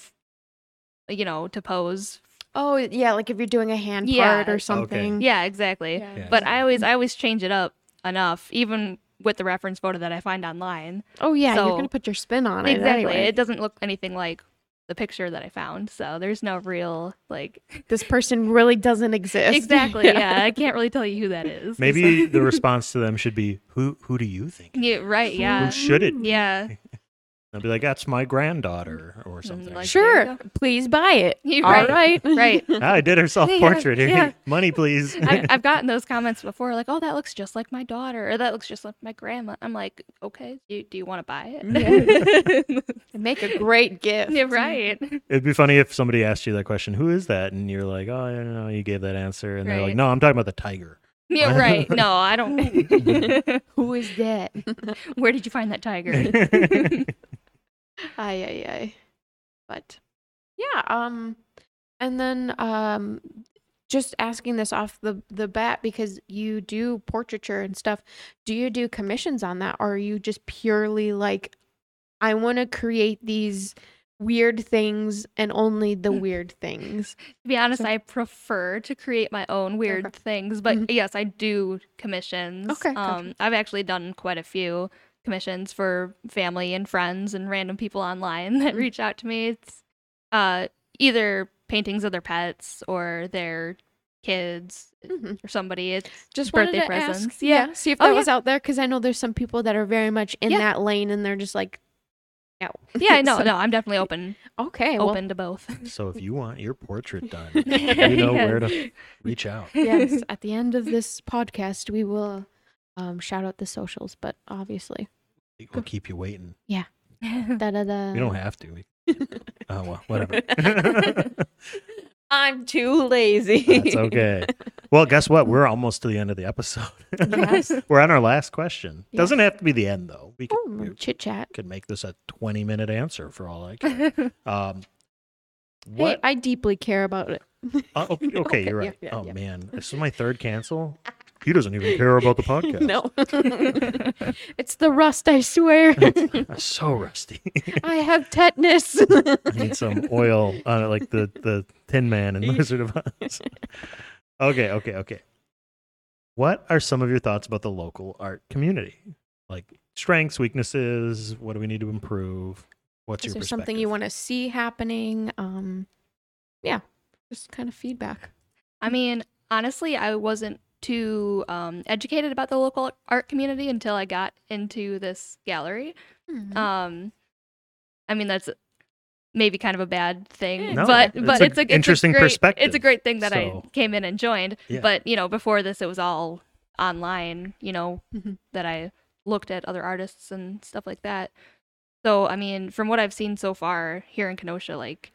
S3: a, you know, to pose.
S1: Oh yeah, like if you're doing a hand
S3: Yeah.
S1: part or something.
S3: Yeah, exactly.
S2: Mm-hmm. Yeah. Mm-hmm.
S3: But I always I always change it up enough, even with the reference photo that I find online.
S1: oh yeah,
S3: so-
S1: you're gonna put your spin on it.
S3: Exactly.
S1: anyway.
S3: It doesn't look anything like the picture that I found. So there's no real like
S1: this person really doesn't exist.
S3: Exactly. yeah. I can't really tell you who that is.
S2: maybe
S3: so-
S2: the response to them should be, "Who who do you think?"
S3: Yeah, right,
S2: Who
S3: yeah.
S2: should it? be?"
S3: Um, Yeah.
S2: They'll be like, "That's my granddaughter" or something.
S3: Mm, like- There
S1: Sure.
S3: you
S1: Please buy it.
S3: You're
S1: All
S3: right.
S1: right.
S3: Right.
S2: ah, I did her self portrait. Here,
S3: yeah.
S2: money, please.
S3: I, I've gotten those comments before, like, "Oh, that looks just like my daughter," or "That looks just like my grandma." I'm like, "Okay, do you, do you want to buy it?"
S1: Make a great gift.
S3: yeah, right.
S2: It'd be funny if somebody asked you that question, "Who is that?" and you're like, "Oh, I don't know." You gave that answer, and they're like,
S3: Right.
S2: "No, I'm talking about the tiger."
S3: Yeah, right. No, I don't.
S1: Who is that?
S3: Where did you find that tiger?
S1: Ay ay ay. But yeah, um and then um just asking this off the the bat because you do portraiture and stuff. Do you do commissions on that or are you just purely like I want to create these weird things and only the weird things?
S3: To be honest,
S1: So-
S3: I prefer to create my own weird
S1: Okay.
S3: things, but
S1: Mhm.
S3: yes, I do commissions.
S1: Okay, gotcha.
S3: Um, I've actually done quite a few commissions for family and friends and random people online that
S1: Mm.
S3: reach out to me. It's uh, either paintings of their pets or their kids
S1: Mhm.
S3: or somebody. It's
S1: Just
S3: Birthday
S1: wanted to
S3: presents.
S1: Ask, yeah. see if
S3: Oh,
S1: that
S3: yeah.
S1: was out there because I know there's some people that are very much in
S3: Yeah.
S1: that lane and they're just like, no.
S3: yeah, no,
S1: So-
S3: no, I'm definitely open,
S1: Okay, well,
S3: open to both.
S2: so if you want your portrait done, you know where to reach out.
S1: yes, at the end of this podcast, we will um, shout out the socials, but obviously,
S2: We'll keep you waiting.
S1: da da da.
S2: You don't
S3: Uh.
S2: have to. We- Oh well, whatever.
S1: I'm too lazy.
S2: That's okay. Well, guess what? We're almost to the end of the episode.
S1: Yes.
S2: We're on our last question.
S1: Yes.
S2: Doesn't have to be the end though. We could,
S1: Ooh,
S2: we
S1: chit chat.
S2: could make this a 20 minute answer for all I care. Um,
S1: Hey,
S2: what?
S1: I deeply care about it.
S2: oh, okay, okay,
S1: okay,
S2: you're
S1: yeah,
S2: right.
S1: yeah,
S2: oh
S1: yeah.
S2: man, this is my third cancel. He doesn't even care about the podcast.
S1: No, it's the rust. I swear,
S2: I'm so rusty.
S1: I have tetanus.
S2: I need some oil on it, like the the Tin Man and Wizard of Oz. okay, okay, okay. What are some of your thoughts about the local art community? Like strengths, weaknesses. What do we need to improve? What's
S1: Is
S2: your
S1: there
S2: perspective?
S1: something you want to see happening? Um, yeah, just kind of feedback.
S3: I mean, honestly, I wasn't too um, educated about the local art community until I got into this gallery.
S1: Hmm. Mm-hmm.
S3: Um, I mean, that's maybe kind of a bad thing,
S2: No,
S3: but
S2: it's
S3: but
S2: a
S3: it's a it's a
S2: interesting
S3: great- It's a
S2: perspective,
S3: great thing that
S2: so-
S3: I came in and joined.
S2: Yeah.
S3: But you know, before this, it was all online. You know,
S1: Mhm.
S3: that I looked at other artists and stuff like that. So I mean, from what I've seen so far here in Kenosha, like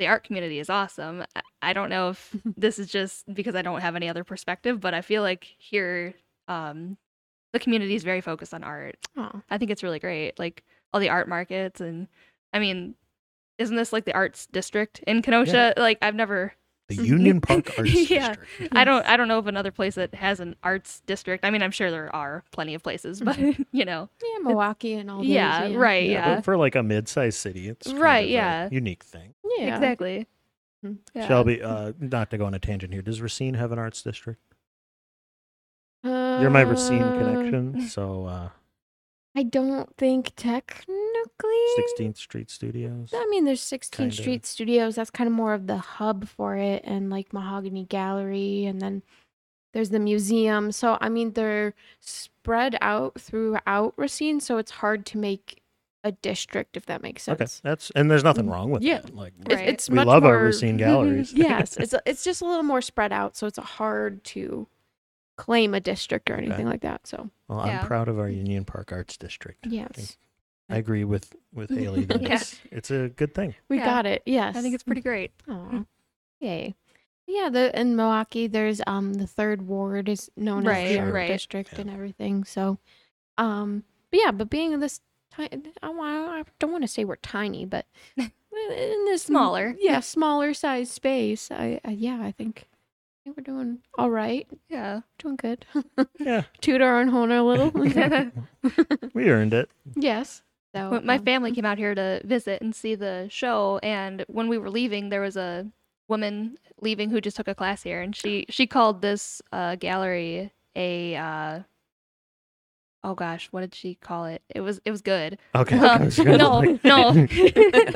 S3: the art community is awesome. I, I don't know if this is just because I don't have any other perspective, but I feel like here, um, the community is very focused on art.
S1: Oh,
S3: I think it's really great. Like all the art markets and I mean, isn't this like the arts district in Kenosha? Like I've never
S2: The Union Park Arts
S3: Yeah.
S2: District.
S3: I don't I don't know of another place that has an arts district. I mean, I'm sure there are plenty of places, but you know.
S1: yeah, Milwaukee and all. those,
S3: Yeah, right,
S2: Yeah,
S3: yeah.
S2: but for like a mid-sized city, it's kind
S3: Right,
S2: of a
S3: yeah.
S2: unique thing.
S1: Yeah,
S3: Exactly.
S1: Mhm.
S3: Yeah.
S2: Shelby, uh, not to go on a tangent here. Does Racine have an arts district?
S1: Uh, Um,
S2: You're my Racine connection, so uh,
S1: I don't think technically technically
S2: 16th Street Studios.
S1: I mean, there's 16th
S2: Kinda.
S1: Street Studios. That's kind of more of the hub for it, and like Mahogany Gallery, and then there's the museum. So I mean, they're spread out throughout Racine, so it's hard to make a district if that makes
S2: Okay,
S1: sense.
S2: that's and there's
S3: Mm,
S2: nothing wrong with
S1: Yeah.
S2: that. Like
S1: It-
S3: Right.
S1: It's
S2: we
S1: much
S2: love our
S1: more-
S2: Racine galleries.
S1: yes, it's it's just a little more spread out, so it's hard to claim a district or anything like that. So
S2: Well,
S3: Yeah.
S2: I'm proud of our Union Park Arts District.
S1: yes,
S2: I agree with with Haley that
S3: Yeah.
S2: it's, it's a good thing.
S1: we
S3: Yeah.
S1: got it. Yes,
S3: I think it's pretty great.
S1: Aw. Yay. Yeah, the in Milwaukee there's um the third ward is known as the
S3: Right,
S1: art
S3: right.
S1: district
S2: Yeah.
S1: and everything. So um but yeah, but being in this tiny I, wa- I don't want to say we're tiny, but in this m-
S3: Smaller.
S1: yeah, smaller size space, I, I yeah, I think I think we're doing all right.
S3: Yeah.
S1: Doing good.
S2: Yeah,
S1: Toot our own horn a little.
S2: we earned it.
S1: yes. So
S3: When my
S1: um,
S3: family came out here to visit and see the show, and when we were leaving, there was a woman leaving who just took a class here, and she she called this uh, gallery a uh, oh gosh, what did she call it? It was it was good.
S2: Okay.
S3: Um,
S2: I was gonna,
S3: no,
S2: like-
S3: no.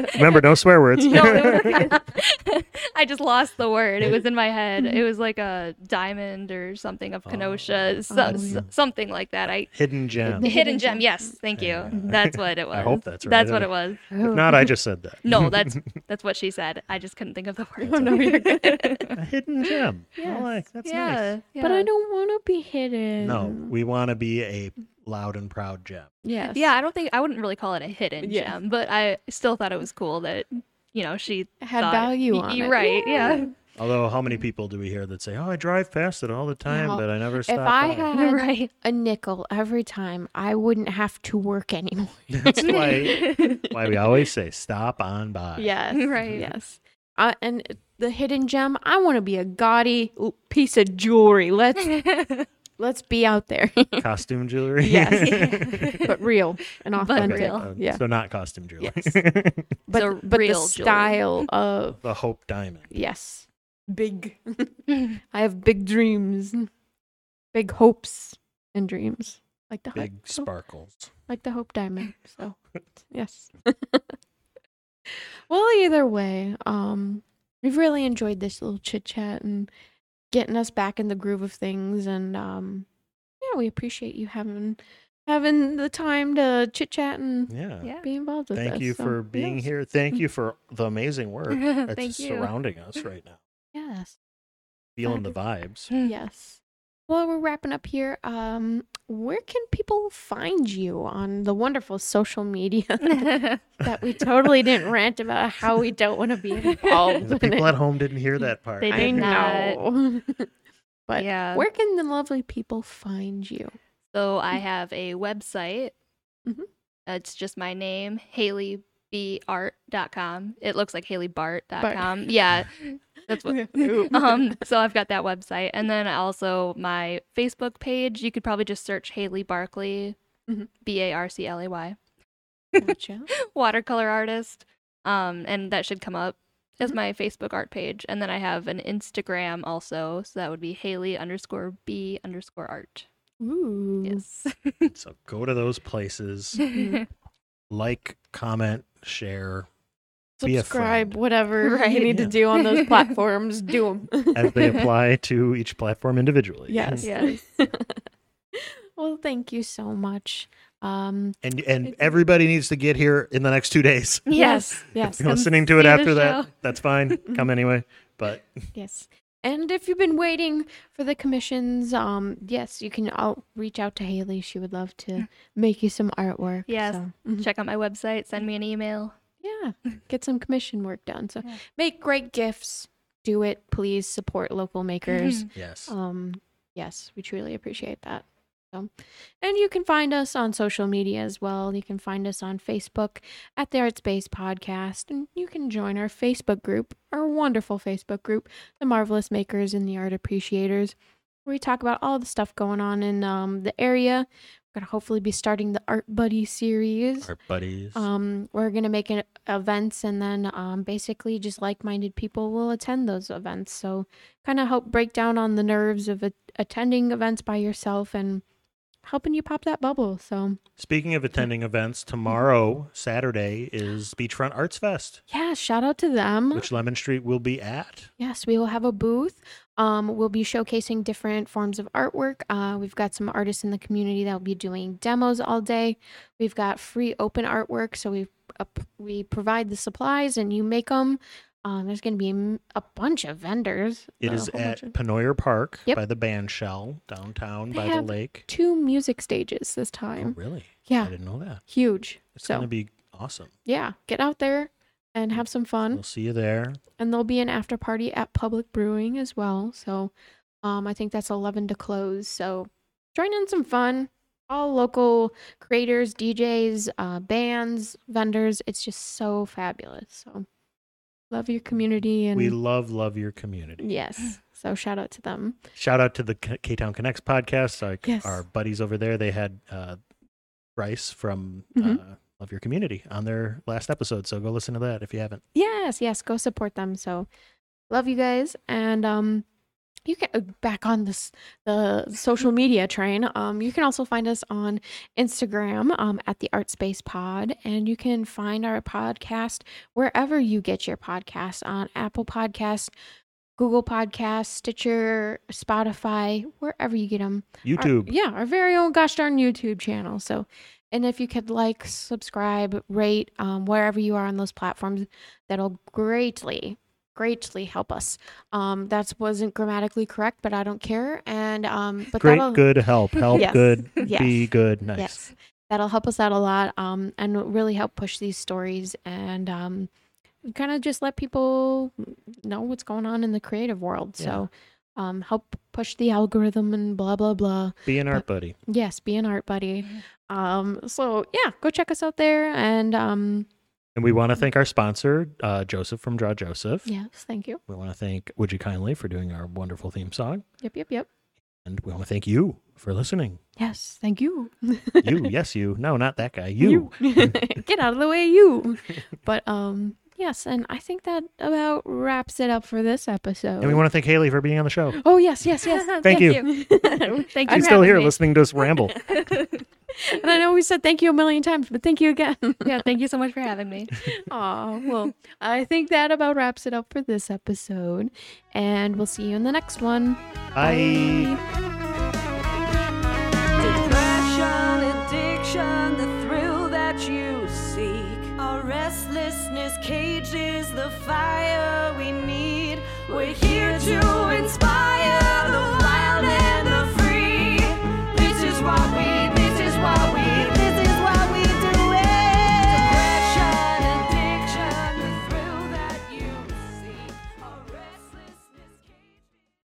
S2: Remember, no swear words.
S3: No, it was- I just lost the word. It was in my head. It was like a diamond or something of
S2: Oh,
S3: Kenosha, so,
S1: I
S3: so-
S2: didn't-
S3: something like that. I
S2: Hidden gem.
S3: the hidden gem. Yes, thank you.
S2: Yeah.
S3: That's what it was.
S2: I hope that's right.
S3: That's what it was.
S1: Oh.
S2: If not, I just said that.
S3: No, that's that's what she said. I just couldn't think of the word.
S1: Oh, no, you're
S2: a hidden gem. I
S1: Yes.
S2: like that's
S3: yeah,
S2: nice.
S1: But I don't want to be hidden.
S2: No, we want to be a loud and proud gem.
S1: Yes.
S3: Yeah, I don't think I wouldn't really call it a hidden
S1: Yeah.
S3: gem, but I still thought it was cool that you know she
S1: Had
S3: thought-
S1: value
S3: Y-
S1: on
S3: y-
S1: it.
S3: Right? Yeah.
S2: Although, how many people do we hear that say, "Oh, I drive past it all the time,
S1: No.
S2: but I never
S1: If
S2: stop"?
S1: I
S2: by."
S1: had
S3: Right.
S1: a nickel every time, I wouldn't have to work anymore.
S2: That's why, why we always say, "Stop on by."
S1: Yes.
S3: Right.
S1: Yes. Uh, and the hidden gem, I want to be a gaudy l- piece of jewelry. Let's let's be out there,
S2: Costume jewelry.
S1: Yes. but real and
S3: But
S1: authentic.
S3: real.
S2: uh,
S1: Yeah.
S2: So not costume jewelry.
S1: But
S3: So
S1: but the
S3: real jewelry.
S1: style of
S2: the Hope Diamond.
S1: yes, big. I have big dreams, big hopes and dreams, like the oh,
S2: Big
S1: hope,
S2: sparkles.
S1: like the hope diamond. So yes. well, either way, um, we've really enjoyed this little chit chat and getting us back in the groove of things, and um, yeah, we appreciate you having having the time to chit chat and
S2: Yeah.
S3: Yeah.
S1: be involved with us.
S2: Thank you
S1: so,
S2: for being
S1: yes.
S2: here. Thank you for the amazing work that's
S3: Thank you.
S2: surrounding us right now.
S1: Yes.
S2: Feeling the vibes.
S1: Yes. Well, we're wrapping up here. Um, where can people find you on the wonderful social media that we totally didn't rant about how we don't want to be involved?
S2: The
S1: in
S2: people
S1: it.
S2: at home didn't hear that part.
S3: They
S1: I
S3: did not.
S1: know. but
S3: yeah.
S1: where can the lovely people find you?
S3: So
S1: Mm-hmm.
S3: I have a website.
S1: Mhm.
S3: Uh, It's just my name, HaleyBart.com. It looks like HaleyBart.com.
S1: Bart.
S3: Yeah. That's what.
S1: Ooh.
S3: um, so I've got that website, and then also my Facebook page. You could probably just search Haley Barkley,
S1: Mhm.
S3: B A R C L A Y,
S1: Gotcha.
S3: watercolor artist. Um, and that should come up
S1: Mm-hmm.
S3: as my Facebook art page, and then I have an Instagram also, so that would be Haley underscore B underscore art.
S1: Ooh. Mm-hmm.
S3: Yes.
S2: So go to those places. Like, comment, share. Be a
S1: Subscribe,
S2: friend.
S1: whatever you
S3: Right.
S1: need
S2: Yeah.
S1: to do on those platforms, do them.
S2: as they apply to each platform individually.
S1: Yes.
S3: Yes.
S1: well, thank you so much. Um,
S2: And and everybody needs to get here in the next two days.
S3: Yes.
S1: Yes.
S2: If you're
S3: Come
S2: listening to it
S3: see the
S2: after that,
S3: show.
S2: that's fine. Come anyway. But
S1: Yes. And if you've been waiting for the commissions, um, yes, you can out reach out to Haley. She would love to make you some artwork.
S3: Mm. Yes.
S1: so, mhm.
S3: Check out my website, send me an email.
S1: Yeah. Get some commission work done. So
S3: Yeah.
S1: make great gifts. Do it. Please support local
S3: Mm-hmm.
S1: makers.
S2: yes.
S1: um, yes, we truly appreciate that. So, and you can find us on social media as well. You can find us on Facebook at the Art Space Podcast, and you can join our Facebook group, our wonderful Facebook group, the Marvelous Makers and the Art Appreciators, where we talk about all the stuff going on in um, the area. We're gonna hopefully be starting the Art Buddy series.
S2: Our buddies.
S1: Um, we're gonna make an events, and then um, basically just like-minded people will attend those events. So, kind of help break down on the nerves of a- attending events by yourself and helping you pop that bubble. So
S2: Speaking of attending events, tomorrow, Saturday, is Beachfront Arts Fest,
S1: yeah, shout out to them.
S2: which Lemon Street will be at.
S1: Yes, we will have a booth. Um, we'll be showcasing different forms of artwork. Uh, we've got some artists in the community that will be doing demos all day. We've got free open artwork, so we uh, p- we provide the supplies and you make them. Um, there's going to be m- a bunch of vendors.
S2: It
S1: a
S2: is
S1: whole bunch
S2: at
S1: of-
S2: Panoyer Park
S1: Yep.
S2: by the band shell downtown
S1: They
S2: by the
S1: have
S2: lake.
S1: two music stages this
S2: Oh,
S1: time.
S2: really? I
S1: Yeah,
S2: didn't know that.
S1: huge.
S2: It's
S1: So
S2: going to be Mm. awesome.
S1: yeah, get out there and have some fun.
S2: We'll see you there.
S1: and there'll be an after party at Public Brewing as well. So, um, I think that's 11 to close. So, join in some fun. All local creators, DJs, uh, bands, vendors. It's just so fabulous. So, love your community and
S2: we love, love your community.
S1: yes. So shout out to them.
S2: Shout out to the K Town Connects podcast. Like
S1: Yes.
S2: our buddies over there, they had uh, Bryce from
S1: Mhm.
S2: uh, Love Your Community on their last episode. So go listen to that if you haven't.
S1: Yes, yes. Go support them. So, love you guys and um. You can uh, back on this the social media train. Um, you can also find us on Instagram um, at the Art Space Pod, and you can find our podcast wherever you get your podcast on Apple Podcast, Google Podcast, Stitcher, Spotify, wherever you get them.
S2: YouTube.
S1: yeah, our very own gosh darn YouTube channel. So, and if you could like, subscribe, rate um, wherever you are on those platforms, that'll greatly greatly help us um that wasn't grammatically correct but i don't care and um but that'll
S2: Great, good help. Help
S1: Yes.
S2: good.
S1: Yes.
S2: Be good. Nice.
S1: Yes. That'll help us out a lot um, and really help push these stories and um, kind of just let people know what's going on in the creative world. So um, help push the algorithm and blah, blah, blah.
S2: Be an art buddy.
S1: Yes, be an art buddy. Um, so, yeah, go check us out there. And um,
S2: And we want to thank our sponsor, uh, Joseph from Draw Joseph.
S1: yes, thank you.
S2: We want to thank Would You Kindly for doing our wonderful theme song.
S1: Yep, yep, yep.
S2: And we want to thank you for listening.
S1: Yes, thank you.
S2: You, yes, you. No, not that guy. you.
S1: Get out of the way, you. But um, yes, and I think that about wraps it up for this episode.
S2: And we want to thank Haley for being on the show.
S1: Oh yes, yes, yes.
S2: Thank you.
S1: thank
S2: She's still here listening to us ramble.
S1: And I know we said thank you a million times, but thank you again.
S3: yeah, thank you so much for having me.
S1: Aw, well, I think that about wraps it up for this episode, and we'll see you in the next one.
S2: Bye.
S5: Depression, addiction, the thrill that you seek. Our restlessness cage is the fire we need. We're here to inspire.